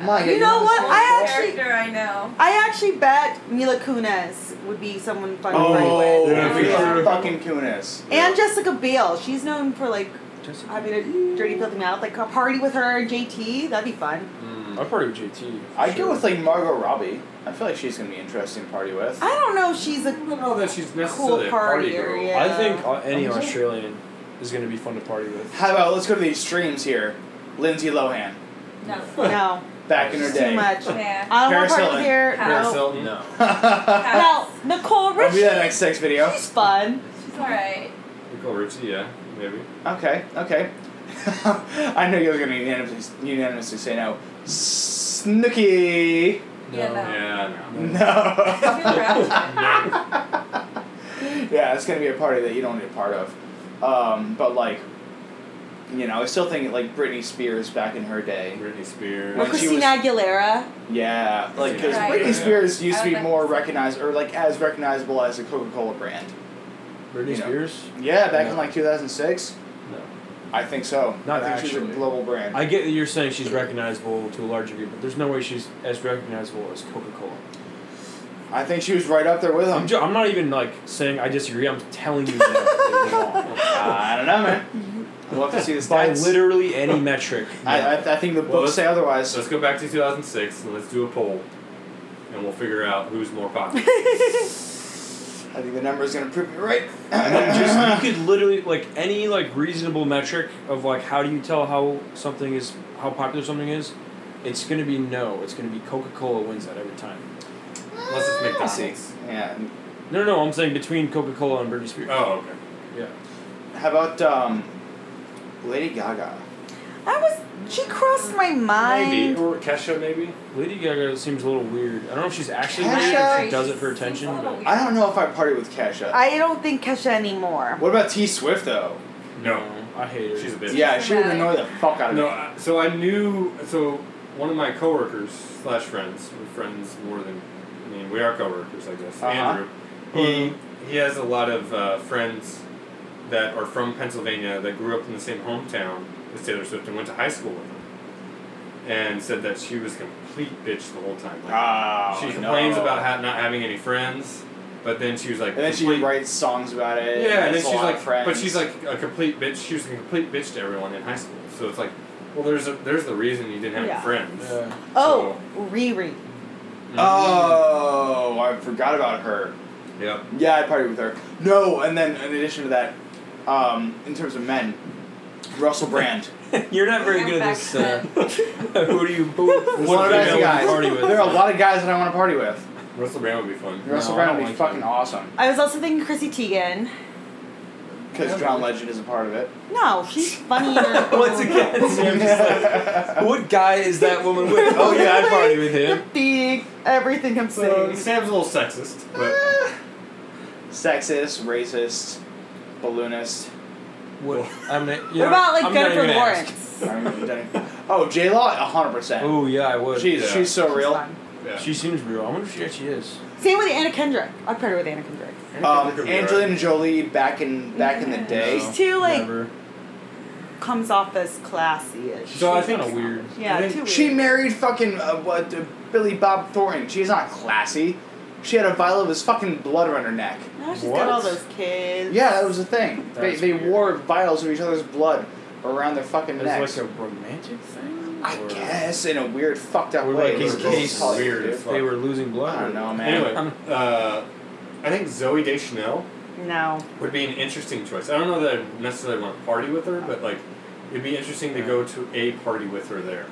My, You know what? I Only actually- character I know. I actually bet Mila Kunis would be someone fun to party Oh, with. Yeah, for Mila sure. fucking Kunis. And Jessica Biel, she's known for like Just- I mean a dirty filthy mouth. Like a party with her and JT, that'd be fun. Mm. I party with JT. for I'd sure. go with like Margot Robbie. I feel like she's gonna be interesting to party with. I don't know if she's I a don't know that she's cool necessarily a party party or girl. yeah. I think uh, any I'm sorry. Australian is going to be fun to party with. How about let's go to these streams here. Lindsay Lohan, No. no, back in her it's day. too much. Yeah. I don't want Paris to party Hilton. here. Paris No. No. I'll Now Nicole be that Richie, next sex video. she's fun. She's alright. Nicole Richie, yeah, maybe. Okay, okay. I know you're gonna unanimously, unanimously say no. Snooky. Yeah, No. no. Yeah, no. No. Too ratchet. yeah, it's gonna be a party that you don't want to be a part of. Um, but like, you know, I still think like Britney Spears back in her day. Britney Spears. Or When she was- Christina Aguilera. Yeah, like because Right. Britney Spears used to be I would- more recognized or like as recognizable as the Coca-Cola brand. Britney You know. Spears. Yeah, back in No. like 2006. No. I think so. Not I think she's a actually. global brand. I get that you're saying she's recognizable to a large degree, but there's no way she's as recognizable as Coca Cola. I think she was right up there with I'm, them. ju- I'm not even like saying I disagree. I'm telling you that I don't know, man. We'll have to see the it's wrong. by stats. literally any metric. I, I, I think the Well, books let's- say otherwise. So let's go back to 2006 and let's do a poll, and we'll figure out who's more popular. I think the number is going to prove me right. And then just you could literally like any like reasonable metric of like how do you tell how something is how popular something is. It's gonna be no. It's gonna be Coca Cola wins that every time. Unless it's We'll see. McDonald's. Yeah. No, no, no. I'm saying between Coca Cola and Britney Spears. Oh, okay. Yeah. How about um, Lady Gaga? I was. She crossed my mind. Maybe or Kesha, maybe. Lady Gaga seems a little weird. I don't know if she's actually Kesha- weird or if she does it She's for a attention, little but weird. I don't know if I party with Kesha. I don't think Kesha anymore. what about T Swift though? No, I hate her. she's a bitch. Yeah, she would dramatic. annoy the fuck out of No, me. I- so I knew. So one of my coworkers slash friends, we're friends more than, I mean, we are coworkers, I guess. Uh-huh. Mm-hmm. Andrew, he he has a lot of uh, friends that are from Pennsylvania that grew up in the same hometown as Taylor Swift and went to high school with her, and said that she was a complete bitch the whole time. Like, Ah, she no. complains about ha- not having any friends, but then she was like, And then she complete- writes songs about it. yeah, and then it's she's a lot of like, friends. but she's like a complete bitch. She was a complete bitch to everyone in high school. So it's like, well, there's a, there's the reason you didn't have Yeah. friends. Mm-hmm. Yeah. Oh, Riri. oh, I forgot about her. Yep. Yeah, I partied with her. No, and then in addition to that, um, in terms of men, Russell Brand. You're not very I'm good at back this. Uh, who do you? Who, There's a what lot of guys, female would you guys. party with? There are a lot of guys that I want to party with. Russell Brand would be fun. Russell I Brand don't would be like fucking him. awesome I was also thinking Chrissy Teigen. because John Legend is a part of it. No, she's funnier. Once again, Sam just like, what guy is that woman with? Oh yeah, I'd party with him. The big everything I'm So, saying. Uh, Sam's a little sexist, but Sexist, racist, balloonist. What? I'm not, you what know, about like I'm not Jennifer even gonna ask. Lawrence? I remember doing- oh, J Law, hundred percent. Oh yeah, I would. She's Yeah. she's Oh, so real. She's yeah. She seems real. I wonder if she actually is. Same with Anna Kendrick. I'd put her with Anna Kendrick. Um, Could be Angelina Jolie back in back in the Yeah. day. She's too like Never. comes off as classy-ish. So I She's think- kinda weird. Yeah, I think- too weird. She married fucking uh, what uh, Billy Bob Thornton. She's not classy. She had a vial of his fucking blood around her neck. Now she's What? got all those kids. Yeah, that was the thing. They, That's they weird. wore vials of each other's blood around their fucking necks. As like a romantic thing. I Or- guess in a weird fucked up Or way. like They his were both case is Hollywood, weird dude. as They were losing blood. I don't know, man. Anyway, I'm- uh, I think Zoe Deschanel No. would be an interesting choice. I don't know that I necessarily want to party with her, but like, it'd be interesting to go to a party with her there.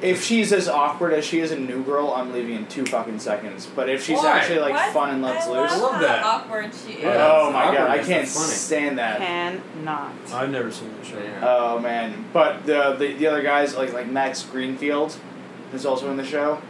If she's as awkward as she is in New Girl, I'm leaving in two fucking seconds. But if she's Why? actually like What? fun and lets I loose, Love love how that. Awkward she is. Yeah. oh my god, I Awkwardness, can't that's funny. stand that. Cannot. I've never seen that show. Oh man, but the, the the other guys like like Max Greenfield, who's also in the show,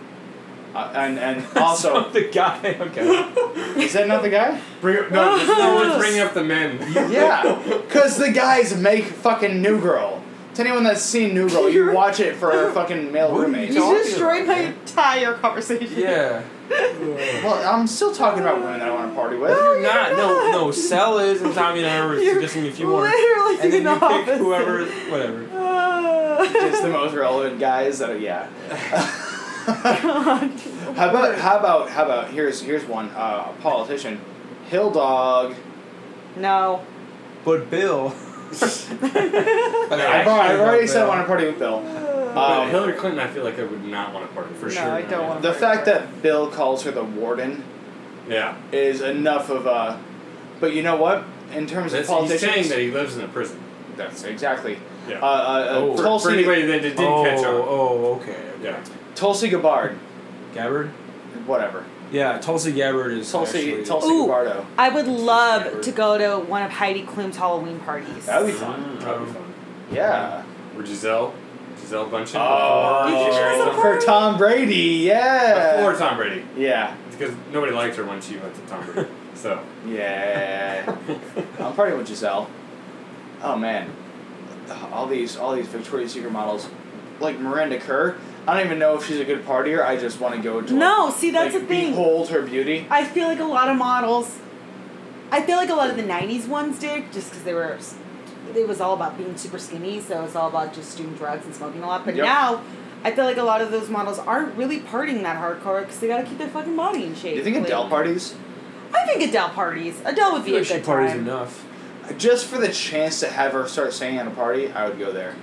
uh, and and also the guy. Okay. is that not the guy? Bring up, no, just, no, just bringing up the men. Yeah, because the guys make fucking New Girl. To anyone that's seen New Girl, you watch it for her fucking male What are you roommate. talking You destroyed my about, man? entire conversation. Yeah. Well, I'm still talking about women that I want to party with. No, You're not. No, no. Sal is, and Tommy and I were You're suggesting if you want. Literally And then the you pick opposite. whoever, whatever. Uh, Just the most relevant guys that are yeah. how God. about how about how about here's here's one uh, a politician, Hill Dog. No. But Bill. no, I've, I've already said I want to party with Bill. But Um, Hillary Clinton, I feel like I would not want to party for sure. I don't want The fact that Bill calls her the warden Yeah, is enough of a. But you know what? In terms that's, of he's politicians, saying that he lives in a prison. that's exactly. Yeah. Uh, uh, uh, Oh. for, for Tulsi, anybody that didn't oh, catch on. oh, okay. Yeah. Tulsi Gabbard, Gabbard? whatever. Yeah, Tulsi Gabbard is Tulsi, actually- Tulsi Ooh. Gabbardo. I would love to go to one of Heidi Klum's Halloween parties. That would be fun. Mm, that'd be fun. Yeah. Or Giselle, Giselle Bundchen. Oh, Do you think she was a for party? Tom Brady, yeah. before Tom Brady, Yeah, because nobody liked her when she went to Tom Brady. So yeah. I'm partying with Giselle. Oh man, all these all these Victoria's Secret models, like Miranda Kerr. I don't even know if she's a good partier. I just want to go to. her. No, see that's like, the thing. Behold her beauty. I feel like a lot of models. I feel like a lot of the '90s ones did, just because they were. s- It was all about being super skinny, so it's all about just doing drugs and smoking a lot. But Yep. now, I feel like a lot of those models aren't really partying that hardcore because they gotta keep their fucking body in shape. Do you think like- Adele parties? I think Adele parties. Adele would I be feel like a she good parties time. enough. Just for the chance to have her start singing at a party, I would go there.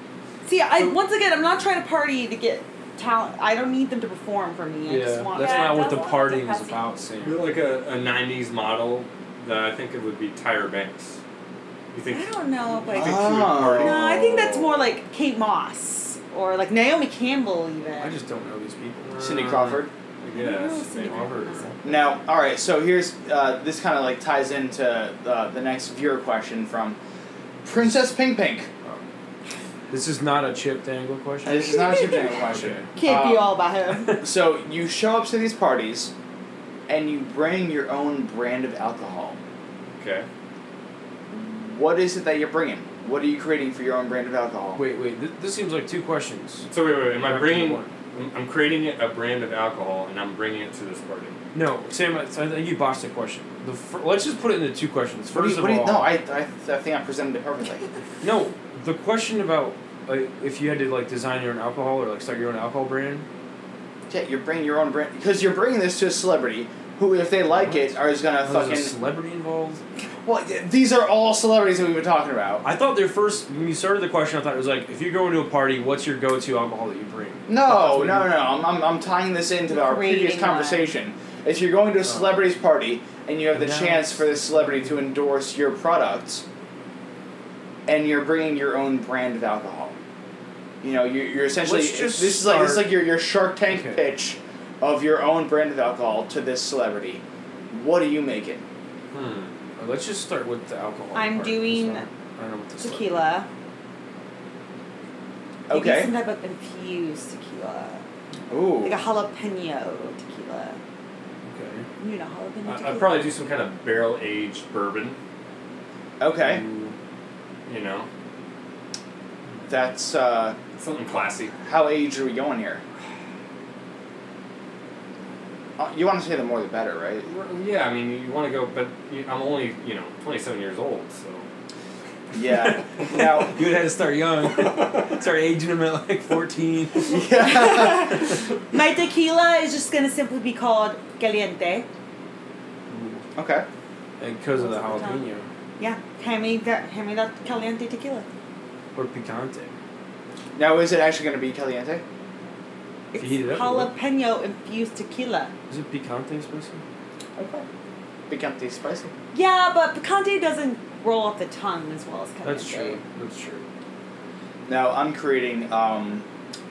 See, I once again, I'm not trying to party to get talent. I don't need them to perform for me. I yeah, just want. that's Yeah, not what that's the what partying is depressing. about, you're Sam. like a, a '90s model that I think it would be Tyra Banks. You think? I don't know, but you think she would party? Oh. no, I think that's more like Kate Moss or like Naomi Campbell even. I just don't know these people. Cindy Crawford. Yes. Cindy maybe. Crawford. Now, all right. So here's uh, this kind of like ties into uh, the next viewer question from Princess Pink Pink. This is not a chipped angle question. And this is not a super question. Can't be uh, Um, all about him. So you show up to these parties, and you bring your own brand of alcohol. Okay. What is it that you're bringing? What are you creating for your own brand of alcohol? Wait, wait. This, this seems like two questions. So wait, wait, wait. Am I Back to bringing? one. I'm creating a brand of alcohol, and I'm bringing it to this party. No, Sam. I I think you botched the question. The fir- let's just put it into two questions. What do First you, what do you, of no, all, I, I, I think I presented it perfectly. no. The question about like if you had to like design your own alcohol or like start your own alcohol brand. yeah, you're bringing your own brand because you're bringing this to a celebrity who, if they like it, are just gonna Oh, there's a fucking. celebrity involved. Well, th- these are all celebrities that we've been talking about. I thought their first when you started the question, I thought it was like if you go into a party, what's your go-to alcohol that Oh, you bring? No, no, no, no. I'm, I'm, I'm tying this into our previous Creating one. conversation. If you're going to a celebrity's party and you have the Oh. No. chance for the celebrity to endorse your product, and you're bringing your own brand of alcohol. You know, you're, you're essentially Let's just this is like this is start- like your your Shark Tank Okay. pitch of your own brand of alcohol to this celebrity. What do you make it? Hmm. Uh, let's just start with the alcohol. I'm part, 'cause doing I don't- I don't know what this Tequila. Maybe Okay. some type of infused tequila, Ooh. like a jalapeno tequila. Okay. You know jalapeno I- tequila. I'd probably do some kind of barrel aged bourbon. Okay. Mm, You know, Mm. That's uh, something classy. how age are we going here? Uh, you want to say the more the better, right? Yeah, I mean, you want to go, but you, I'm only, you know, 27 years old, so. Yeah. now. You would have to start young. start aging them at like 14. Yeah. My tequila is just gonna simply be called caliente. Okay. And because of the What's the jalapeno. Yeah, hand me that, hand me that caliente tequila. Or picante. Now is it actually going to be caliente? It's heat it up a little. jalapeno infused tequila. Is it picante spicy? Okay. Picante spicy. Yeah, but picante doesn't roll off the tongue as well as caliente. That's true. That's true. Now I'm creating um,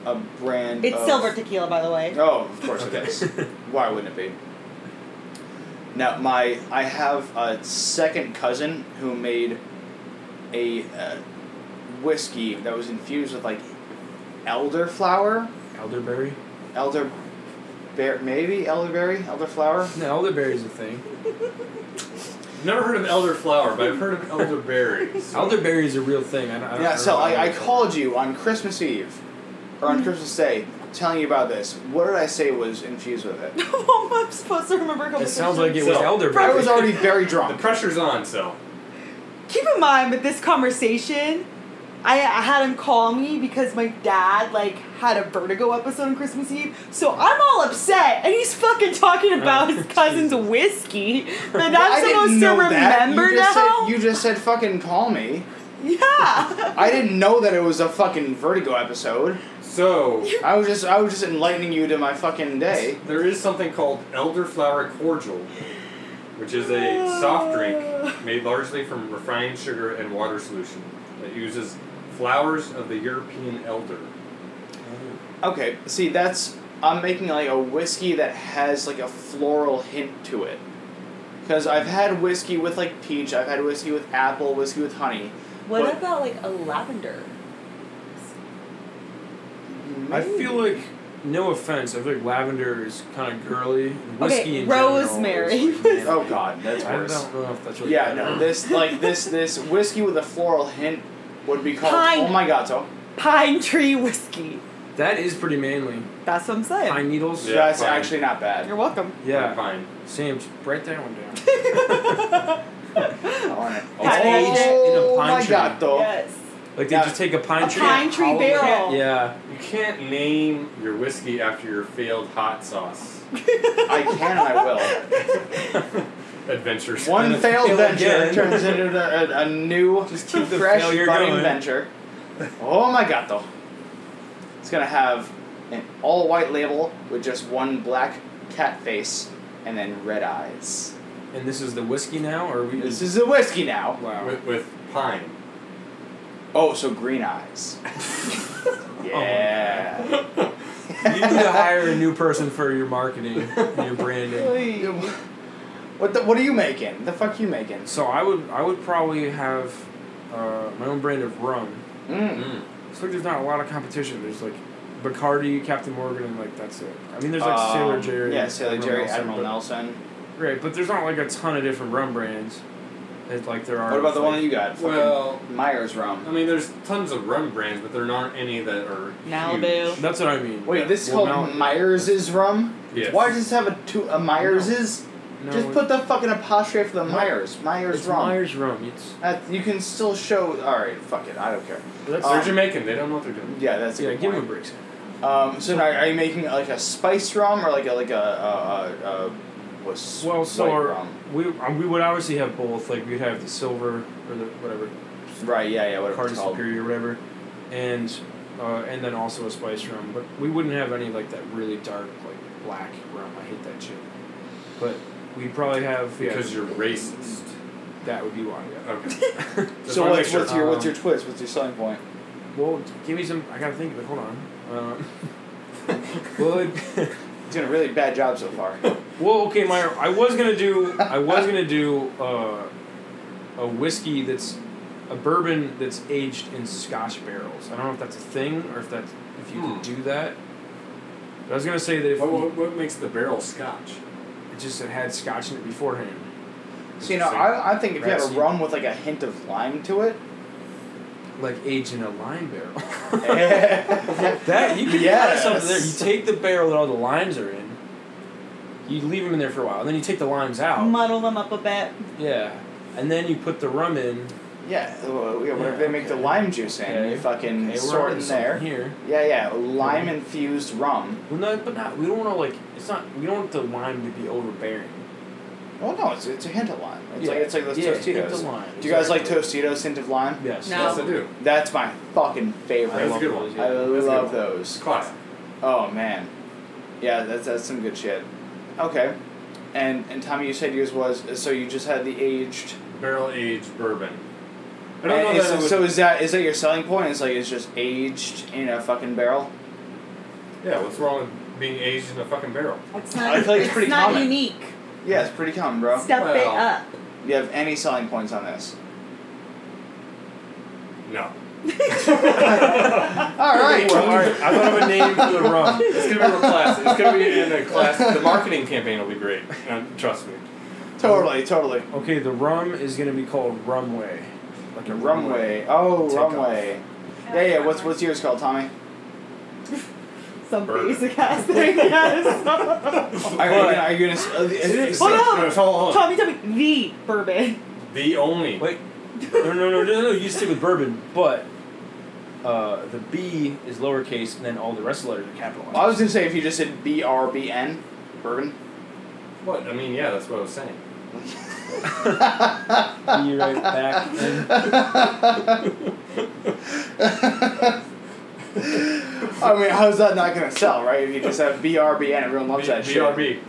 a brand. It's of- silver tequila, by the way. Oh, of course it is. Why wouldn't it be? Now my I have a second cousin who made a uh, whiskey that was infused with like elderflower, Elderberry? elder, bear, maybe elderberry, elderflower. No, elderberry's a thing. Never heard of elderflower, but I've heard of elderberries. Elderberry is a real thing. I don't, I don't Yeah, so don't know. I, I called you on Christmas Eve, or on Christmas Day, telling you about this. What did I say was infused with it? I'm supposed to remember a couple It sounds like it was So- elderberry. I was already very the drunk. pressure's on, so. Keep in mind with this conversation, I, I had him call me because my dad like had a vertigo episode on Christmas Eve, so I'm all upset, and he's fucking talking about his cousin's whiskey that I I'm didn't supposed to know that. remember you just now. Said, you just said fucking call me. yeah, I didn't know that it was a fucking Vertigo episode. So, I was just I was just enlightening you to my fucking day. there is something called elderflower cordial, which is a soft drink made largely from refined sugar and water solution that uses flowers of the European elder. Okay, see that's I'm making like a whiskey that has like a floral hint to it. Cause I've had whiskey with like peach, I've had whiskey with apple, whiskey with honey. What, What? about like a lavender? I feel like, no offense, I feel like lavender is kind of girly. and Okay, Whiskey in general is, rosemary. like, Oh god, that's I don't worse. know if that's really Yeah, good. no, this like this this whiskey with a floral hint would be called Pine. Oh my god, so Pine tree whiskey. That is pretty manly. That's what I'm saying. Pine needles? Yeah, that's pine. actually not bad. You're welcome. Yeah. Pine. Sam, just write that one down. I want it. It's aged Oh, in a Oh pine my tree. god, though. Yes. Like they Yeah. just take a pine A tree. pine tree hollow it. barrel. Yeah. You can't name your whiskey after your failed hot sauce I can and I will. adventures. One gonna failed fail venture again. turns into a, a, a new, Just keep the fresh failure budding going. venture. Oh my god, though. It's gonna have an all white label with just one black cat face and then red eyes. And this is the whiskey now, or are we? This is a whiskey now. wow. with, with pine. Oh, so green eyes. Oh yeah. you need to hire a new person for your marketing, and your branding. What the, what are you making? The fuck you making? So I would I would probably have uh, my own brand of rum. Mm. Mm. It's like there's not a lot of competition. There's like Bacardi, Captain Morgan, and like that's it. I mean, there's like Sailor Um, Jerry. Yeah, and Sailor everyone Jerry, else, Admiral but- Nelson. Right, but there's not like a ton of different rum brands. That like there are. What about the with, one that you got? Fucking Well, Myers I rum. mean, there's tons of rum brands, but there aren't any that are Malibu. like- That's what I mean. Wait, this is Well, called Mount- Myers's rum. Yes. Why does this have a two a Myers's? no, Just put the fucking apostrophe for the Myers. Myers it's wrong. Myers rum. It's That- you can still show. All right, fuck it. I don't care. that's They're Um, Jamaican. They don't know what they're doing. Yeah, that's a yeah. good Give him a point. break. Sam. Um, so now, are you making like a spice rum or like a like a uh, uh, uh, what's Well, so white our- rum? We uh, we would obviously have both. Like we'd have the silver or the whatever Right. Yeah. Yeah. Whatever Cardi it's called. Superior, whatever, and uh, and then also a spice rum. But we wouldn't have any like that really dark like black rum. I hate that shit. But we probably have yeah, Because you're racist. that would be why. Yeah. Okay. so wanna what's, make what's sure. your what's your Um, twist? What's your selling point? Well, give me some. I gotta think of it. Hold on. Uh, well, it- He's doing a really bad job so far. well, okay, my. I was gonna do. I was gonna do uh, a whiskey that's a bourbon that's aged in Scotch barrels. I don't know if that's a thing or if that's if you Hmm. can do that. But I was gonna say that if what, what, what makes the barrel scotch? it just had, had Scotch in it beforehand. So you know, I, I think if you had a rum with like a hint of lime to it, like aged in a lime barrel. yeah, that you can Yes. add something there. You take the barrel that all the limes are in. You leave them in there for a while, and then you take the limes out. Muddle them up a bit. Yeah, and then you put the rum in. well, yeah, whatever Yeah, they make the okay. lime juice in, Okay. you fucking Okay, we're sort onto in something there. here. Yeah, yeah, lime infused rum. Well, no, but not. We don't want to like. It's not. We don't want the lime to be overbearing. Well, no, it's, it's a hint of lime. It's yeah. like it's like those yeah, hit the Tostitos. lime. Do you guys like exactly. Tostitos hint of lime? Yes. No. Yes, I do. That's my fucking I favorite. That's a love good one. those, yeah. I a good love one. It's those. classic. Oh man, yeah, that's that's some good shit. Okay, and and Tommy, you said yours was so you just had the aged. Barrel aged bourbon. I And don't know is- that it would- so is that is that your selling point? It's like it's just aged in a fucking barrel. Yeah, what's wrong with being aged in a fucking barrel? It's not. I feel like it's pretty not common. unique. Yeah, it's pretty common, bro. Step it Well. up. Do you have any selling points on this? No. All right. Well, all right. I thought of a name for the rum. It's gonna be a class. It's gonna be in a class. The marketing campaign will be great. Uh, trust me. totally, totally. Okay, the rum is gonna be called Rumway. Like a Rumway. Oh, Take off. rumway. Yeah, yeah. What's what's yours called, Tommy? Some Burger. basic ass thing. Yes. Are, you gonna? Are you gonna s- uh, is- Hold on. No, hold on. Tommy, tell me the bourbon. The only. Wait. No, no, no, no, no. You stick with bourbon, but uh, the B is lowercase, and then all the rest of the letters are capitalized. I was gonna say if you just said B R B N, bourbon. What? I mean, yeah, that's what I was saying. Be right back. And I mean, how's that not gonna sell, right? If you just have BRBN, everyone loves B- that shit. BRB.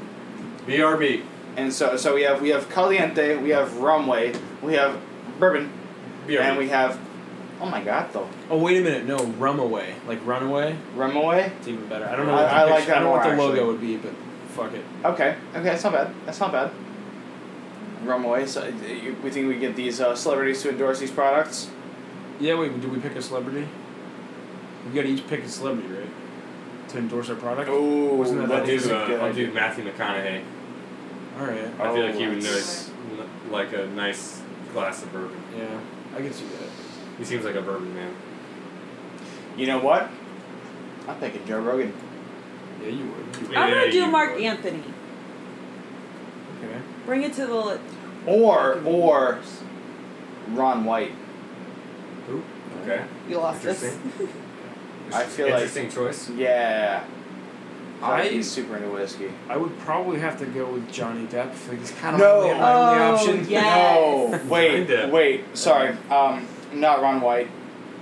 BRB. And so, so we have we have Caliente, we have Rumway, we have Bourbon, BRB. and we have. Oh my God, though oh wait a minute, no, rum away, like runaway. Rumaway. It's even better. I don't know. I- What the I like picture- that I don't know what the more, logo would be, but fuck it. Okay, okay, that's not bad. That's not bad. Rumaway. So uh, you- we think we get these uh, celebrities to endorse these products. Yeah, wait. Did we pick a celebrity? We got to each pick a celebrity, right? To endorse our product. Oh, Wasn't that I'll that do, is a uh, good I'll idea. do Matthew McConaughey. All right. I feel like Oh, he would know that's- n- like a nice glass of bourbon. Yeah, I can see that. He seems like a bourbon man. You know what? I'm picking Joe Rogan. Yeah, you would. You would. I'm Yeah, gonna do you Mark would. Anthony. Okay. Bring it to the. Or or Ron White. Okay. You lost this. I feel like- interesting choice. Yeah. I I- think he's super into whiskey. I would probably have to go with Johnny Depp. Like it's kind of No. my only, my only Oh, option. yeah. No. Yes. Wait, Kinda. wait. Sorry. Um, not Ron White.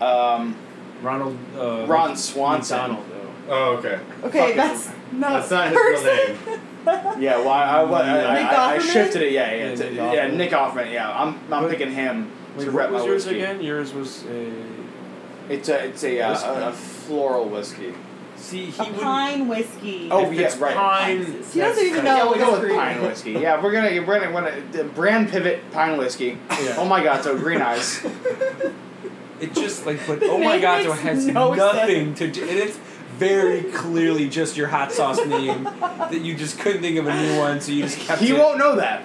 Um, Ronald. Uh, Ron Swanson. McDonald, though. Oh, okay. Okay, Fuck that's not. That's not his real name. Yeah. Well, I, I, I, Nick I, I Offerman? shifted it. Yeah, yeah. Yeah, to- Nick Yeah, Offerman. Nick Offerman. Yeah, I'm, I'm Wait. picking him Wait, to what rep was my yours whiskey. again? Yours was a. It's a, it's a, Whiskey. uh, a, a floral whiskey. See, he A pine whiskey. Oh, if yeah, it's right. Pine. He doesn't even yeah, know. we'll go with Green. pine whiskey. Yeah, we're gonna, we're gonna, we're gonna the brand pivot pine whiskey. Yeah. Oh my God, so green eyes. It just like, but The oh my name god, so it makes has no nothing to do. And it's very clearly just your hot sauce name that you just couldn't think of a new one, so you just kept he it. won't know that.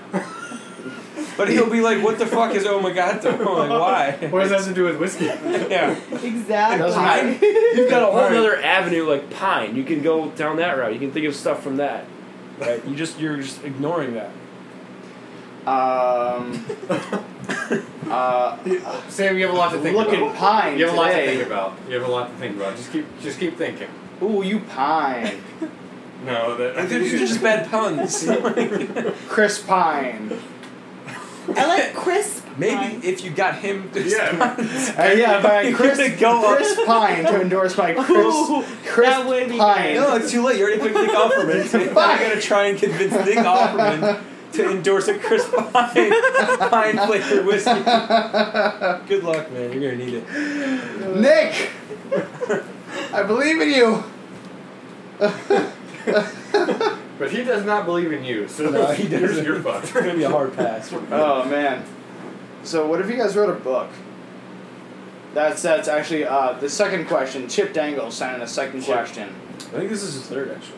But he'll be like, "What the fuck is oh my god?" Like, why? What does that have to do with whiskey? yeah. Doesn't Exactly. matter. Pine. You've got a whole Alright. other avenue like pine. You can go down that route. You can think of stuff from that. Right. You just you're just ignoring that. Um, uh, Sam, you have a lot to think looking about. pine. You have a lot to today. think about. You have a lot to think about. Just keep, just keep thinking. Ooh, you pine. No, that I think These are you just bad puns. Chris Pine. I like crisp. Maybe pine. if you got him, to Yeah. puns. Uh, yeah, by You're Chris, gonna go up- Chris Pine to endorse my Ooh, Chris, Chris that would be Pine. No, it's too late. You already picked Nick Offerman. I gotta try and convince Nick Offerman to endorse a crisp pine, pine flavored whiskey. Good luck, man. You're gonna need it. Nick, I believe in you. But he does not believe in you, so No, he you're- doesn't. you're It's fucked. gonna be a hard pass. for me. oh man. So what if you guys wrote a book? That's that's actually uh, the second question. Chip Dangle sent in a second Chip. question. I think this is his third, actually.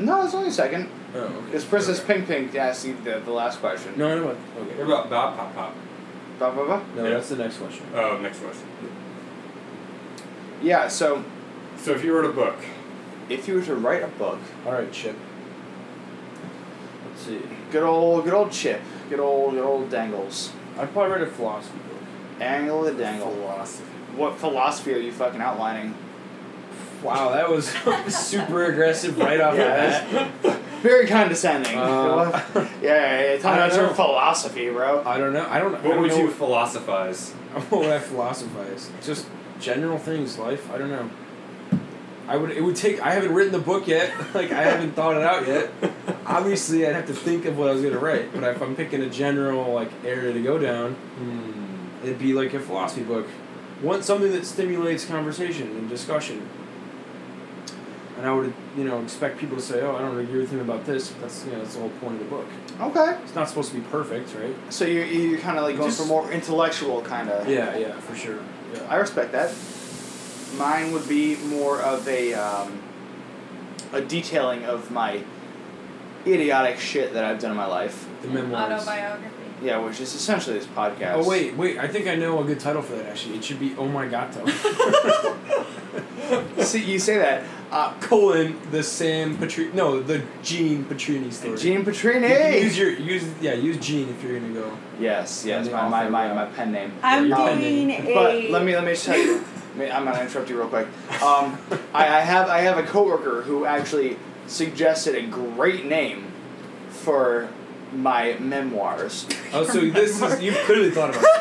No, it's only a second. Oh, okay. It's Princess Pink Pink asked you the, the last question. No, no, no. What Okay. about Bob Pop Pop? Blah, blah, blah. No, that's the next question. Oh, next question. Yeah. So So if you wrote a book, if you were to write a book, All right, Chip. Let's see. good old good old Chip, good old good old Dangles, I'd probably write a philosophy book. Angle the Dangle. philosophy. What philosophy are you fucking outlining? Wow, that was super aggressive right off the bat. Very condescending. Uh, yeah, yeah, yeah. I Talking don't about your know. philosophy, bro. I don't know. I don't. I what don't would know you philosophize? what would I philosophize? Just general things, life. I don't know. I would. It would take. I haven't written the book yet. Like I haven't thought it out yet. Obviously, I'd have to think of what I was gonna write. But if I'm picking a general like area to go down, it'd be like a philosophy book. Want something that stimulates conversation and discussion. And I would, you know, expect people to say, "Oh, I don't agree with him about this." But that's, you know, that's the whole point of the book. Okay. It's not supposed to be perfect, right? So you're, you're kind of like going Just- for more intellectual kind of. Yeah, yeah, for sure. Yeah. I respect that. Mine would be more of a um, a detailing of my idiotic shit that I've done in my life. The memoirs. Autobiography. Yeah, which is essentially this podcast. Oh wait, wait! I think I know a good title for that. Actually, it should be "Oh My Gato." See, you say that. Uh, colon the Sam Patrini. No, the Gene Petrini story. Gene You can Petrini. Use your use yeah use Gene if you're gonna go. Yes, yes, Yeah, my, I'll my, figure my, it my out. pen name. I'm you're doing pending. a. But let me let me just tell you. I mean, I'm gonna interrupt you real quick. Um, I, I have I have a coworker who actually suggested a great name for my memoirs. Oh, so this is you've clearly thought about this.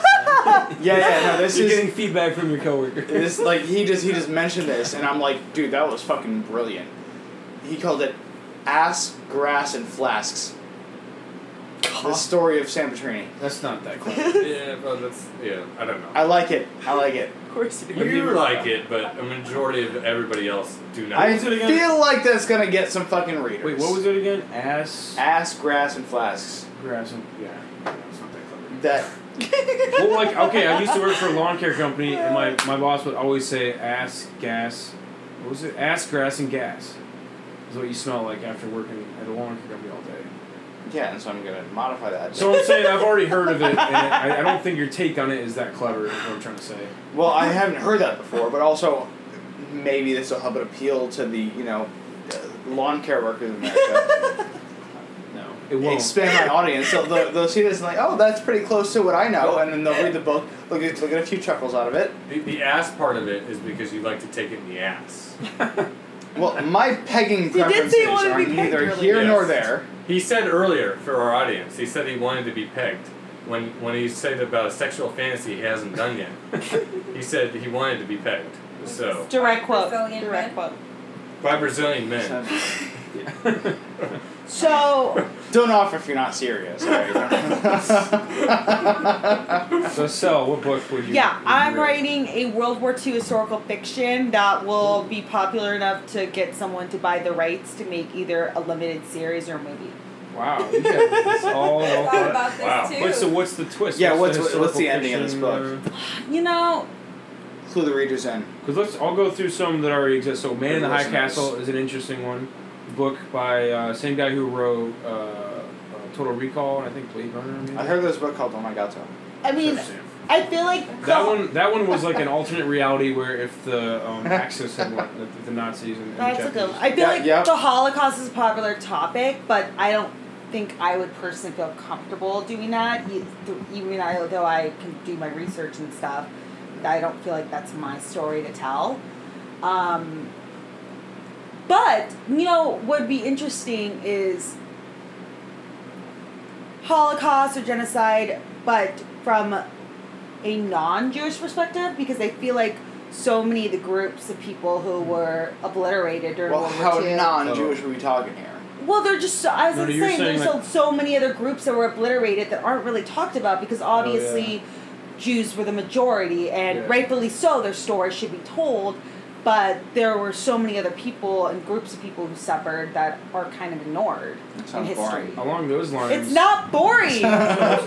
Yeah, yeah, no, this you're is getting feedback from your coworker. this like he just he just mentioned this, and I'm like, dude, that was fucking brilliant. He called it "Ass, Grass, and Flasks." The story of San Petrini. That's not that clever. yeah, but that's yeah. I don't know. I like it. I like it. of course you do. You like it, but a majority of everybody else do not. I was it again? feel like that's gonna get some fucking readers. Wait, what was it again? Ass Ass, grass, and flasks. grass. and- Yeah. It's not that clever. That Well, like okay, I used to work for a lawn care company, and my my boss would always say ass gas. What was it? Ass grass and gas. Is what you smell like after working at a lawn care company all day. yeah, and so I'm gonna modify that. So I'm saying I've already heard of it, and I, I don't think your take on it is that clever. Is what I'm trying to say. well, I haven't heard that before, but also maybe this will help it appeal to the you know uh, lawn care workers in America. No, it won't. Expand my audience. So they'll, they'll see this and like, oh, that's pretty close to what I know, and then they'll read the book. Look at look at a few chuckles out of it. The, the ass part of it is because you like to take it in the ass. Well, my pegging say you preferences wanted to are be pegged neither earlier. here nor Yes. there. He said earlier for our audience, he said he wanted to be pegged. When when he said about a sexual fantasy he hasn't done yet, he said he wanted to be pegged. So Direct quote. Brazilian men. Direct quote. by Brazilian men. So Don't offer if you're not serious. alright? So, Sel, what book would you? yeah, would you I'm read? writing a World War II historical fiction that will be popular enough to get someone to buy the rights to make either a limited series or movie. Wow, you got this all. all Thought thought- about this Wow. too. Oh, Wait, so what's the twist? Yeah, what's, what's- the what's the ending of this book? You know, Clue the readers in. Because let's I'll go through some that already exist. So, Man in the High Listeners. Castle is an interesting one. Book by uh, same guy who wrote uh, uh, Total Recall and I think Blade Runner. maybe? I heard this book called Oh My Gato. I mean, I feel like That one, that one was like an alternate reality where if the um, Axis had won, if the Nazis and, and That's a Japanese. good. I feel Yeah, like yeah. the Holocaust is a popular topic, but I don't think I would personally feel comfortable doing that. e- th- Even I- though I can do my research and stuff, I don't feel like that's my story to tell. Um, but you know what would be interesting is Holocaust or genocide, but from a non-Jewish perspective, because I feel like so many of the groups of people who were obliterated during Well, World War how II. non-Jewish are we talking here? Well, they're just. So, I was No, like no, you're saying, saying, there's like- so, so many other groups that were obliterated that aren't really talked about because obviously Jews were the majority, and Oh, Yeah. rightfully so, their story should be told. But there were so many other people and groups of people who suffered that are kind of ignored That in sounds history. boring. Along those lines, It's not boring.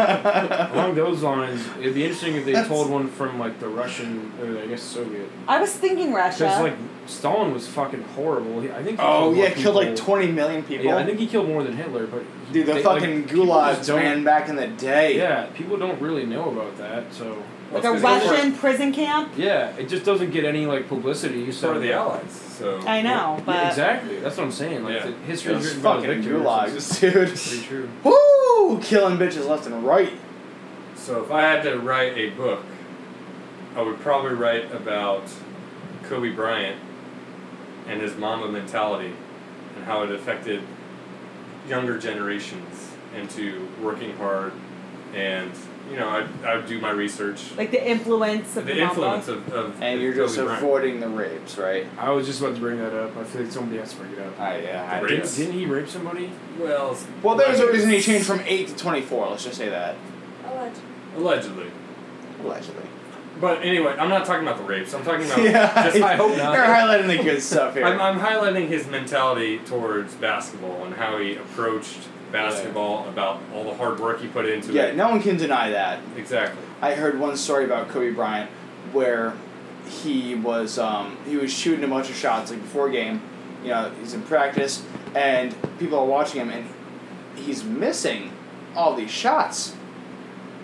Along those lines, it'd be interesting if they told one from like the Russian or I guess Soviet. I was thinking Russia. Because like Stalin was fucking horrible. He, I think. He oh killed more yeah, killed like people- twenty million people. Yeah, I think he killed more than Hitler, but he- Dude, the they- like, fucking people just gulags don't- man back in the day. Yeah, people don't really know about that, so like Well, a it's 'cause they weren't Russian prison camp. yeah, it just doesn't get any like publicity. So part of the Allies, so I know, Yeah, but exactly. That's what I'm saying. Like Yeah. the history is Those written by the fucking victors. gulags, dude. It's pretty true. Woo! Killing bitches left and right. So if I had to write a book, I would probably write about Kobe Bryant and his Mamba mentality and how it affected younger generations into working hard and you know I'd, I'd do my research like the influence of the the, influence of, of And of you're just Kobe Bryant. avoiding the rapes, right? I was just about to bring that up. I feel like somebody has to bring it up. Ah, yeah. I- The rapes? Didn't he rape somebody? well s- Well, there's a reason he changed from eight to twenty-four. Let's just say that. Alleged. allegedly Allegedly. but anyway I'm not talking about the rapes I'm talking about yeah. just I hope not You're highlighting the good stuff here. I'm, I'm highlighting his mentality towards basketball and how he approached basketball about all the hard work he put into yeah, it. no one can deny that. Exactly. I heard one story about Kobe Bryant where he was um, he was shooting a bunch of shots like before a game. You know, he's in practice and people are watching him and he's missing all these shots.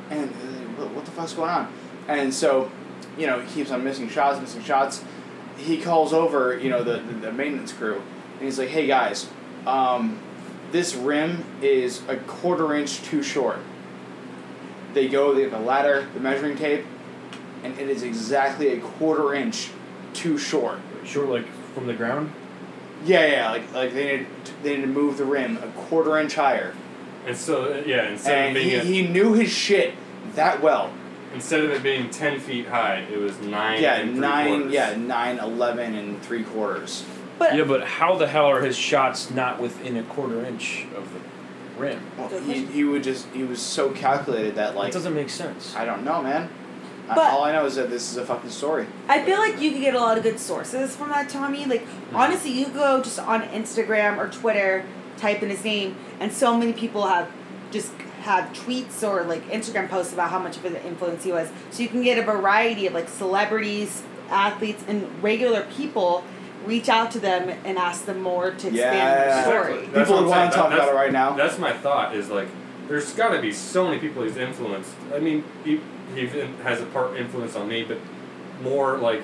And uh, what- what the fuck's going on? And so, you know, he keeps on missing shots, missing shots. He calls over, you know, the, the, the maintenance crew and he's like, "Hey guys, um, this rim is a quarter inch too short." They go, they have a ladder, the measuring tape, and it is exactly a quarter inch too short. Short like from the ground. Yeah, yeah, like like they need they need to move the rim a quarter inch higher. And so uh, yeah, instead And of being he, a, he knew his shit that well. instead of it being ten feet high, it was nine. yeah, and three nine, quarters. yeah, nine, eleven, and three quarters. But Yeah, but how the hell are his shots not within a quarter inch of the rim? Well, Good he, question. he would just he was so calculated that That like doesn't make sense. I don't know, man. I- But- all I know is that this is a fucking story. I feel like you could get a lot of good sources from that, Tommy. Like, honestly, you go just on Instagram or Twitter, type in his name, and so many people have just have tweets or like Instagram posts about how much of an influence he was. So you can get a variety of like celebrities, athletes, and regular people reach out to them and ask them more to expand Yeah. their story. Exactly. That's People what would want I'm saying. to talk That- about it right now. That's my thought. Is like, there's got to be so many people he's influenced. I mean, he he has a part influence on me, but more like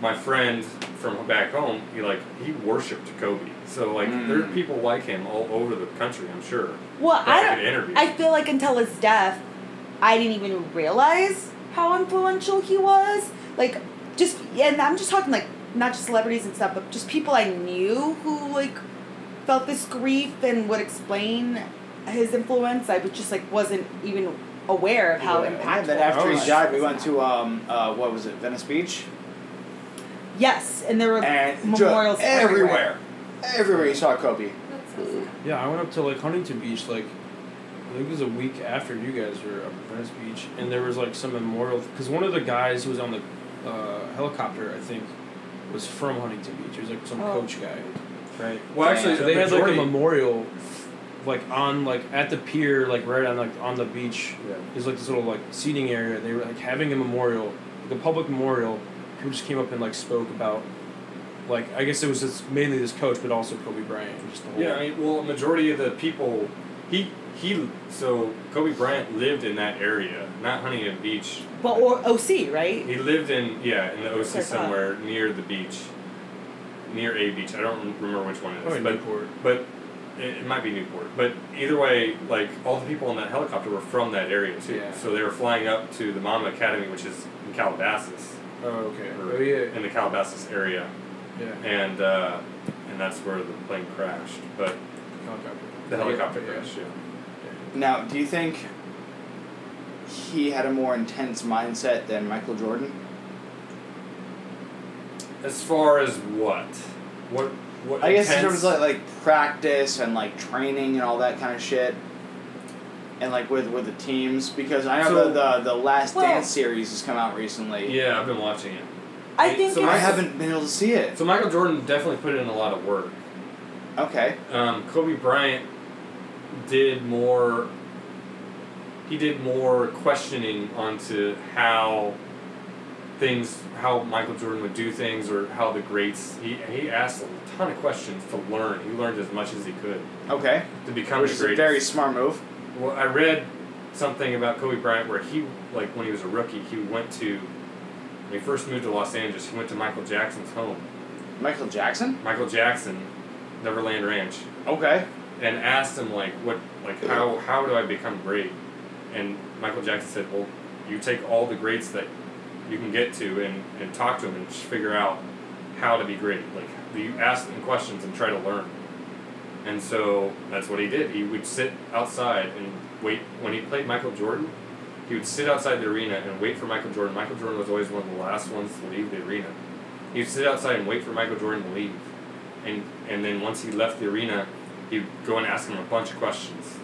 my friend from back home. He like he worshipped Kobe. So like, there are Mm. people like him all over the country. I'm sure. Well, that I I don't. could interview. I feel like until his death, I didn't even realize how influential he was. Like, just and I'm just talking like not just celebrities and stuff, but just people I knew who like felt this grief and would explain his influence. I was just like wasn't even aware of how Yeah, impactful. And then after it he was. died, we went to um uh, what was it, Venice Beach? yes, and there were and memorials ju- everywhere. Everywhere you saw Kobe. That's so sad. Yeah, I went up to like Huntington Beach like I think it was a week after you guys were up at Venice Beach, and there was like some memorial because one of the guys who was on the uh, helicopter, I think, was from Huntington Beach. He was like some Oh. coach guy, right? Well, actually, So the they had like a majority- memorial, like on like at the pier, like right on like on the beach. Yeah. There's like this little like seating area. They were like having a memorial, like a public memorial. People just came up and like spoke about, like I guess it was just mainly this coach, but also Kobe Bryant and just the whole. Yeah, I mean, well, a majority of the people, he he, so Kobe Bryant lived in that area, not Huntington Beach. But or OC, right? He lived in yeah in the That's OC what I thought. somewhere near the beach, near a beach. I don't remember which one it is, Probably but Oh, Newport. but it, it might be Newport. But either way, like all the people on that helicopter were from that area too. Yeah. So they were flying up to the Mama Academy, which is in Calabasas, Oh okay. or Oh yeah. in the Calabasas area, Yeah. and uh, and that's where the plane crashed. But Helicopter. the helicopter yeah. crash, yeah. Now, do you think he had a more intense mindset than Michael Jordan? As far as what? What? what I guess in intense- terms of like, like practice and like training and all that kind of shit, and like with with the teams because I know So- the, the the Last Well- Dance series has come out recently. yeah, I've been watching it. I think So I it's, haven't been able to see it. So Michael Jordan definitely put in a lot of work. Okay. Um, Kobe Bryant did more. He did more questioning onto how things, how Michael Jordan would do things, or how the greats. He he asked a ton of questions to learn. He learned as much as he could Okay. to become Which the is a greatest. very smart move. Well, I read something about Kobe Bryant where he, like, when he was a rookie, he went to, when he first moved to Los Angeles, he went to Michael Jackson's home. Michael Jackson. Michael Jackson, Neverland Ranch, Okay. and asked him, like, what, like, how, how do I become great? And Michael Jackson said, well, you take all the greats that you can get to and, and talk to them and just figure out how to be great. Like, you ask them questions and try to learn. And so that's what he did. He would sit outside and wait. When he played Michael Jordan, he would sit outside the arena and wait for Michael Jordan. Michael Jordan was always one of the last ones to leave the arena. He would sit outside and wait for Michael Jordan to leave. And, and then once he left the arena, he'd go and ask him a bunch of questions.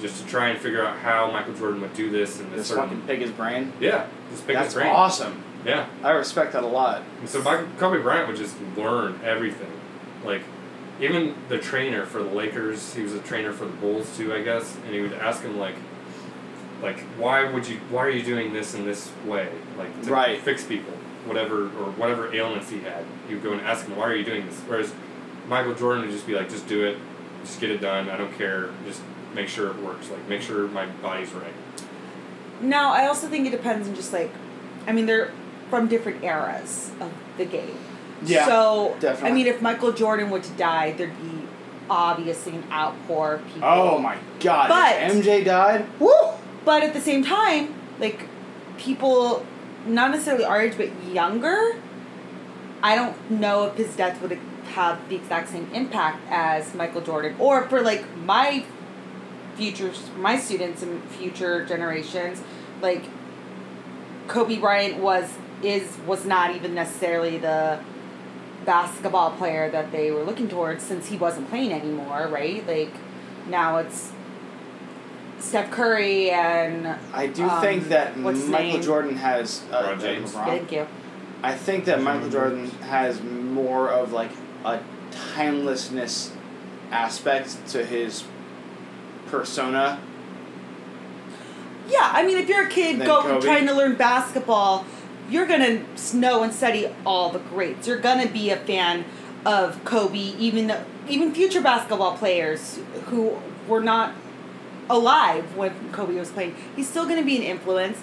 Just to try and figure out how Michael Jordan would do this and this Just certain fucking pick his brain. yeah, just pick That's his brain. awesome. Yeah, I respect that a lot. and so Michael, Kobe Bryant would just learn everything, like even the trainer for the Lakers. He was a trainer for the Bulls too, I guess, and he would ask him like, like why would you? Why are you doing this in this way? Like to Right. fix people, whatever or whatever ailments he had. He would go and ask him, why are you doing this? Whereas Michael Jordan would just be like, just do it, just get it done. I don't care. Just make sure it works. Like make sure my body's right. No, I also think it depends on just like, I mean, they're from different eras of the game. Yeah, So I definitely. mean, if Michael Jordan were to die, there'd be obviously an outpour of people. Oh my god. if But- MJ died. Woo. But at the same time, like people, not necessarily our age, but younger. I don't know if his death would have had the exact same impact as Michael Jordan, or for like my future, my students and future generations, like Kobe Bryant was is was not even necessarily the basketball player that they were looking towards since he wasn't playing anymore, right? Like now it's Steph Curry and I do Um, think that what's his Michael name? Jordan has uh, LeBron James. LeBron. thank you. I think that Mm-hmm. Michael Jordan has more of like a timelessness aspect to his persona. Yeah, I mean, if you're a kid Then go Kobe. trying to learn basketball, you're gonna s- know and study all the greats. You're gonna be a fan of Kobe, even though- even future basketball players who were not alive when Kobe was playing. He's still gonna be an influence.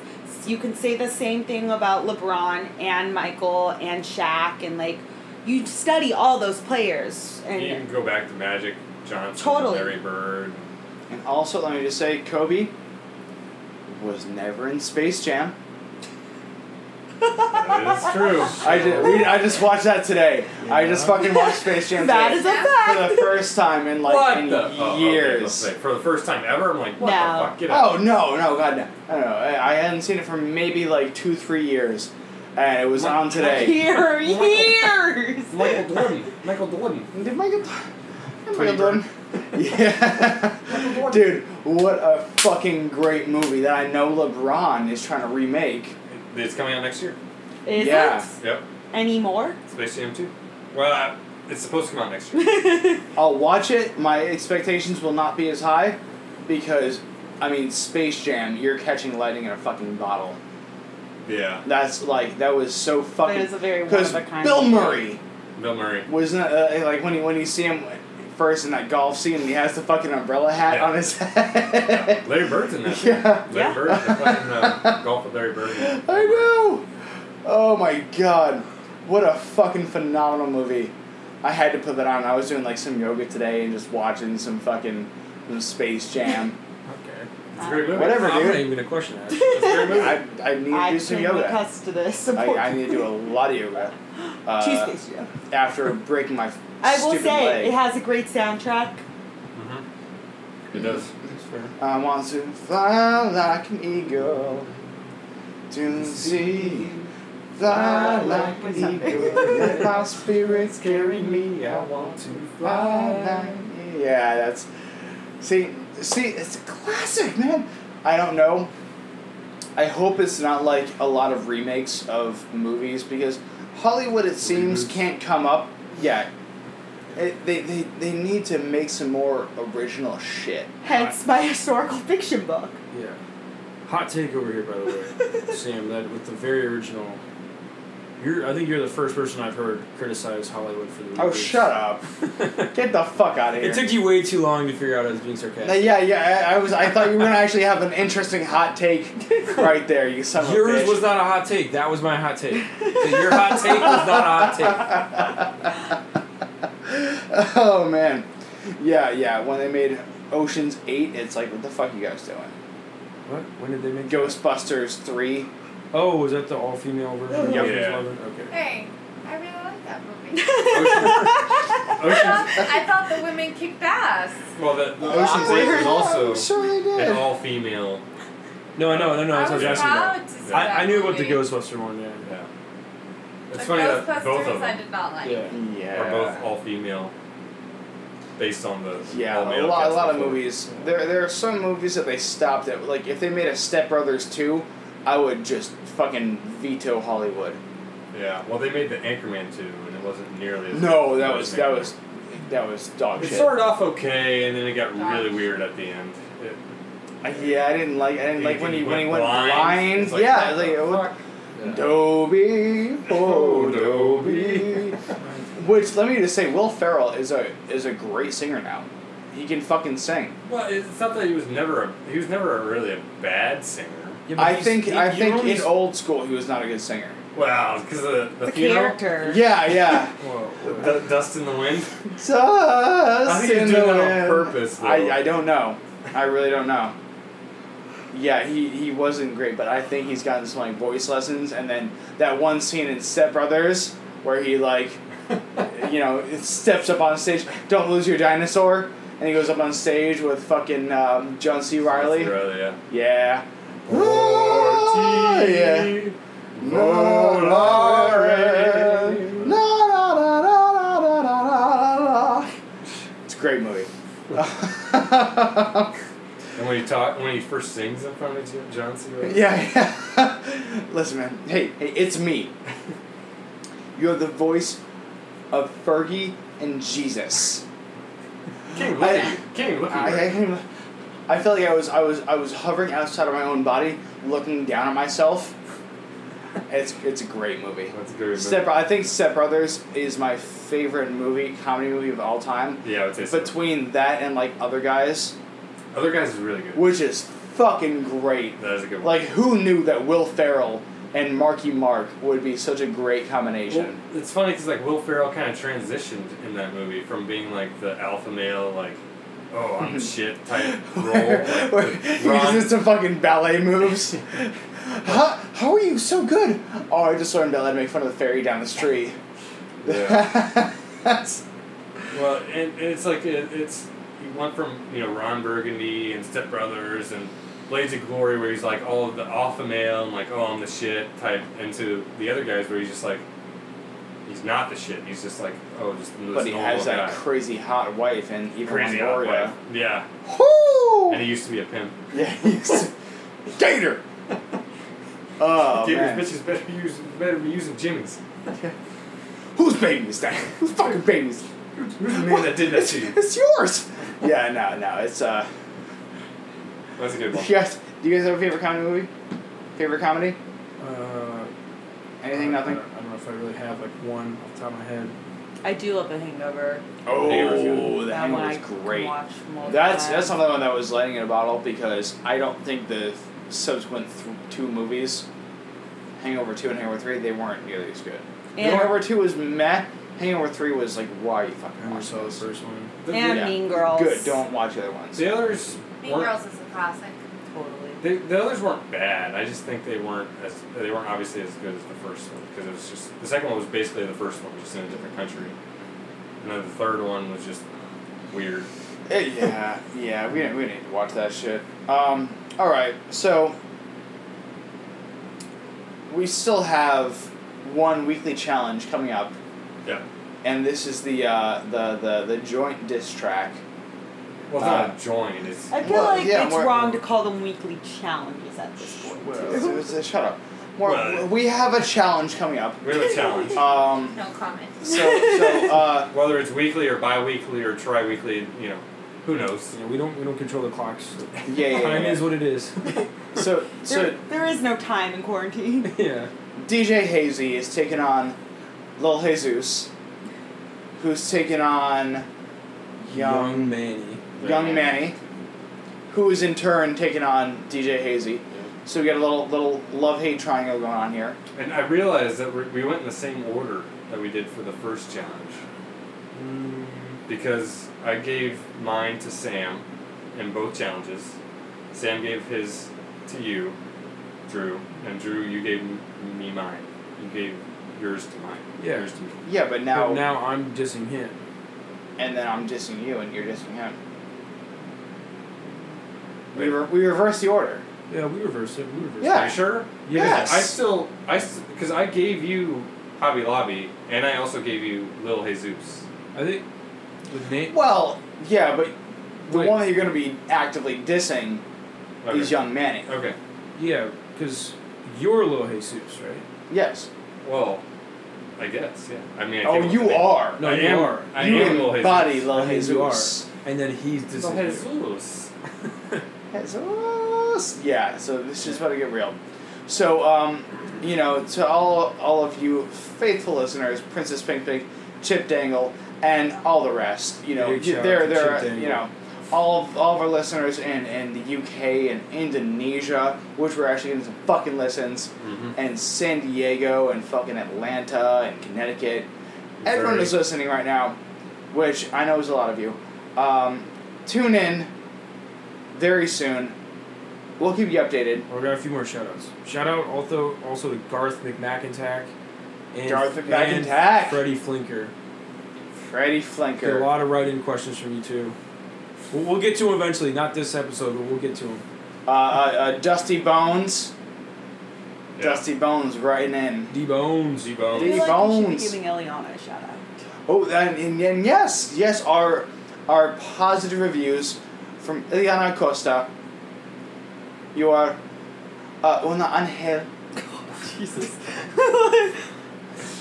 You can say the same thing about LeBron and Michael and Shaq and like you study all those players and You can go back to Magic Johnson, Totally. Larry Bird. And also, let me just say, Kobe was never in Space Jam. That is true. I did, we, I just watched that today. I just fucking watched Space Jam that today is a fact. for the first time in like what in the oh, okay, let's years. say, for the first time ever, I'm like, what No. the fuck? Get out. Oh no, no, God, no! I don't know. I, I hadn't seen it for maybe like two, three years, and it was What? on today. Here, years. Michael Jordan. Michael Jordan. Did Michael? Did Tweety Michael Jordan? Yeah, dude, what a fucking great movie that I know LeBron is trying to remake. It's coming out next year. Is Yeah. it Yep. anymore? Space Jam 2. Well, uh, it's supposed to come out next year. That's I'll watch it. My expectations will not be as high because, I mean, Space Jam, you're catching lightning in a fucking bottle. yeah. That's like that was so fucking. a very one Because of a kind. Bill Murray Bill Murray. wasn't uh, like when you when you see him first in that golf scene, and he has the fucking umbrella hat Yeah. on his head. Yeah. Larry Bird's in that. yeah. Larry Yeah. Bird. The fucking uh, golf with Larry Bird. I know. Oh my god, what a fucking phenomenal movie! I had to put that on. I was doing like some yoga today and just watching some fucking some Space Jam. Okay. It's a great movie. Whatever, I'm not dude. even gonna question that. It's a great movie. I, I need to I do some can yoga. attest to this. I, I need to do a lot of yoga. Uh, Tuesdays, yeah. after breaking my I will stupid say leg. it has a great soundtrack. mm-hmm. It does. That's fair. I want to fly like an eagle to the sea Fly like an eagle, let my spirits carry me. I want to fly like. Yeah, that's. See, see, it's a classic, man. I don't know. I hope it's not like a lot of remakes of movies because Hollywood, it seems, Reboots. can't come up. Yeah. It, they, they, they need to make some more original shit. Hence my historical fiction book. Yeah. Hot take over here, by the way, Sam. That with the very original. You're, I think you're the first person I've heard criticize Hollywood for the. Oh, reboots. shut up. Get the fuck out of here. It took you way too long to figure out I was being Uh, sarcastic. Yeah, yeah, I, I was. I thought you were gonna actually have an interesting hot take right there. You son of a Yours bitch. was not a hot take. That was my hot take. That Your hot take was not a hot take. oh man, yeah, yeah. When they made Ocean's Eight, it's like, what the fuck you guys doing? What? When did they make? Ghostbusters Three. Oh, was that the all female version? Yeah. of Ocean's Yeah. Eleven? Okay. Hey, I really like that movie. I Ocean's, thought, I thought the women kicked ass. well, the, the Ocean's Eight was I'm also sure they did. an all-female. No, I know, no, no. I That's what was I was asking about. proud to see I, that I knew about the movie. Ghostbuster one. Yeah. Yeah. The It's funny that both Ghostbusters of I them did not like. Yeah. yeah. are both all-female, based on the yeah, a all-male lot, a cast lot of before. movies. There, there are some movies that they stopped at. Like, if they made a Step Brothers two, I would just fucking veto Hollywood. Yeah, well, they made the Anchorman too, and it wasn't nearly as No, good that as was that Anchorman. was that was dog It shit. started off okay, and then it got really weird at the end. It, Uh, Yeah, I didn't like. I didn't You like when he think when he he went went blind. blind? It's like, yeah, what like the what? Dobie, oh Oh, Dobie. Dobie. Which let me just say, Will Ferrell is a is a great singer now. He can fucking sing. well, it's not that he was never a, he was never a, really a bad singer. Yeah, but I he's- think he- I you think know in he's- old school he was not a good singer. Wow, because the the, The funeral, character. Yeah, yeah. Whoa, whoa. the dust in the wind. Dust How do you in do the that on wind. purpose, though? I I don't know. I really don't know. Yeah, he, he wasn't great, but I think he's gotten some like voice lessons, and then that one scene in Step Brothers where he like you know, it steps up on stage. Don't lose your dinosaur. And he goes up on stage with fucking um, John C. Riley. yeah. Yeah. Ah, yeah. No, Laurie. No, da, da, da, da, da, da, da, da. It's a great movie. yeah, And when he talk, when he first sings in front of Jim Johnson, right? yeah. Listen, man. Hey, hey, it's me. You have the voice of Fergie and Jesus. King I- Louie, King Louie. I, right? I, I felt like I was I was I was hovering outside of my own body, looking down at myself. It's it's a great movie. That's a good. Step I think Step Brothers is my favorite movie comedy movie of all time. Yeah, I would say so. Between that and like other guys, Other guys is really good. which is fucking great. That is a good one. Like who knew that Will Ferrell and Marky Mark would be such a great Well, combination? it's funny because like Will Ferrell kind of transitioned in that movie from being like the alpha male, like oh I'm shit type role. Like, Where the he Oh. Ron- just some fucking ballet moves. how, how are you so good? Oh, I just learned ballet to make fun of the fairy down the street. yeah. That's- Well, and, and it's like it, it's he went from you know Ron Burgundy and Step Brothers and Blades of Glory, where he's like all of the alpha male and like oh I'm the shit type, into the other guys where he's just like he's not the shit. He's just like oh just this but he normal has that guy. crazy hot wife and even crazy hot Longoria. wife. Yeah, Whoo! and he used to be a pimp. yeah, he's Gator. Oh Give man, his bitches better be using better be using Jimmy's. whose baby is that? Whose fucking baby is? Who's the man that did that to you? It's yours. Yeah, no, no, it's uh. That's a good You one. guys, do you guys have a favorite comedy movie? Favorite comedy? Uh, Anything? I don't- Nothing. I don't know if I really have like one off the top of my head. I do love The Hangover. Oh, that that one was I can great. Watch multiple That's times. that's another one that was lightning in a bottle because I don't think the subsequent th- two movies, Hangover Two and Hangover Three, they weren't nearly as good. and, Hangover Two was meh. Hangover Three was like, why are you fucking I never watching saw the this? first one. The, and yeah. Mean Girls. Good, don't watch the other ones. the others Mean weren't Girls is a classic. Totally. The, the others weren't bad. I just think they weren't as they weren't obviously as good as the first one because it was just the second one was basically the first one, just in a different country. And then the third one was just weird. Eh, yeah, yeah, we didn't, we didn't need to watch that shit. Um, all right, so we still have one weekly challenge coming up. Yeah. And this is the uh, the, the the joint diss track. Well, it's Uh, not joined. It's I feel Well, like yeah, it's more- wrong to call them weekly challenges at this point. It too. was- uh, shut up. More, Well- we have a challenge coming up. we have a challenge. Um, No comment. so so uh, Whether it's weekly or bi-weekly or tri-weekly, you know, who knows? You know, we don't we don't control the clocks. yeah, yeah, yeah, Time yeah. is what it is. So so There, there is no time in quarantine. yeah. DJ Hazy is taking on Lil Jesus, who's taking on young Young Manny. young Manny, who is in turn taking on DJ Hazy. So we got a little little love hate triangle going on here. And I realized that we're, we went in the same order that we did for the first challenge Mm, because I gave mine to Sam in both challenges. Sam gave his to you, Drew, and Drew, you gave m- me mine. You gave yours to mine. Yeah. Yours to me. Yeah, but but now now I'm dissing him. and then I'm dissing you and you're dissing him. We Wait. re- we reverse the order. Yeah, we reverse it. We reverse Yeah. Are you sure? it. Yes. I still, I, because I gave you Hobby Lobby, and I also gave you Lil Jesus. I think the name. Well, yeah, but the Wait. one that you're going to be actively dissing Okay. is young Manny. Okay. Yeah, because you're Lil Jesus, right? Yes. Well, I guess. Yeah. I mean. I Oh, came up you with it. are. No, I you am, are. I you am Lil Jesus. embody Lil I mean, you Jesus. And then he's dissing. Lil you. Jesus. Jesus. Yeah, so this is about to get real. So, um, you know, to all all of you faithful listeners, Princess Pink Pink, Chip Dangle, and all the rest, you know, Big you, shout there out to there Chip are, Dangle. you know, all of, all of our listeners in, in the UK and Indonesia, which we're actually getting some fucking listens, Mm-hmm. and San Diego and fucking Atlanta and Connecticut. Everyone who's listening right now, which I know is a lot of you, um, tune in very soon. We'll keep you updated. Well, we got a few more shout outs. Shout out also also to Garth McMackintack and Garth and McMackintack. Freddie Flinker. Freddie Get a Flinker. lot of write in questions from you too. We'll, we'll get to him eventually, not this episode, but we'll get to him. Uh, uh, uh, Dusty Bones. Yeah. Dusty Bones writing in. D Bones. I Dee feel like we should be Bones. giving Eliana a shout out. Oh, and, and, and yes, yes, our our positive reviews from Ileana Costa. You are uh, una angel. Jesus.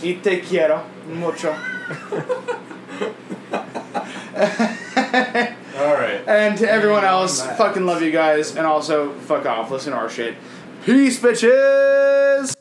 Y te quiero mucho. All right. and to everyone else, Nice. fucking love you guys, and also fuck off, listen to our shit. Peace, bitches!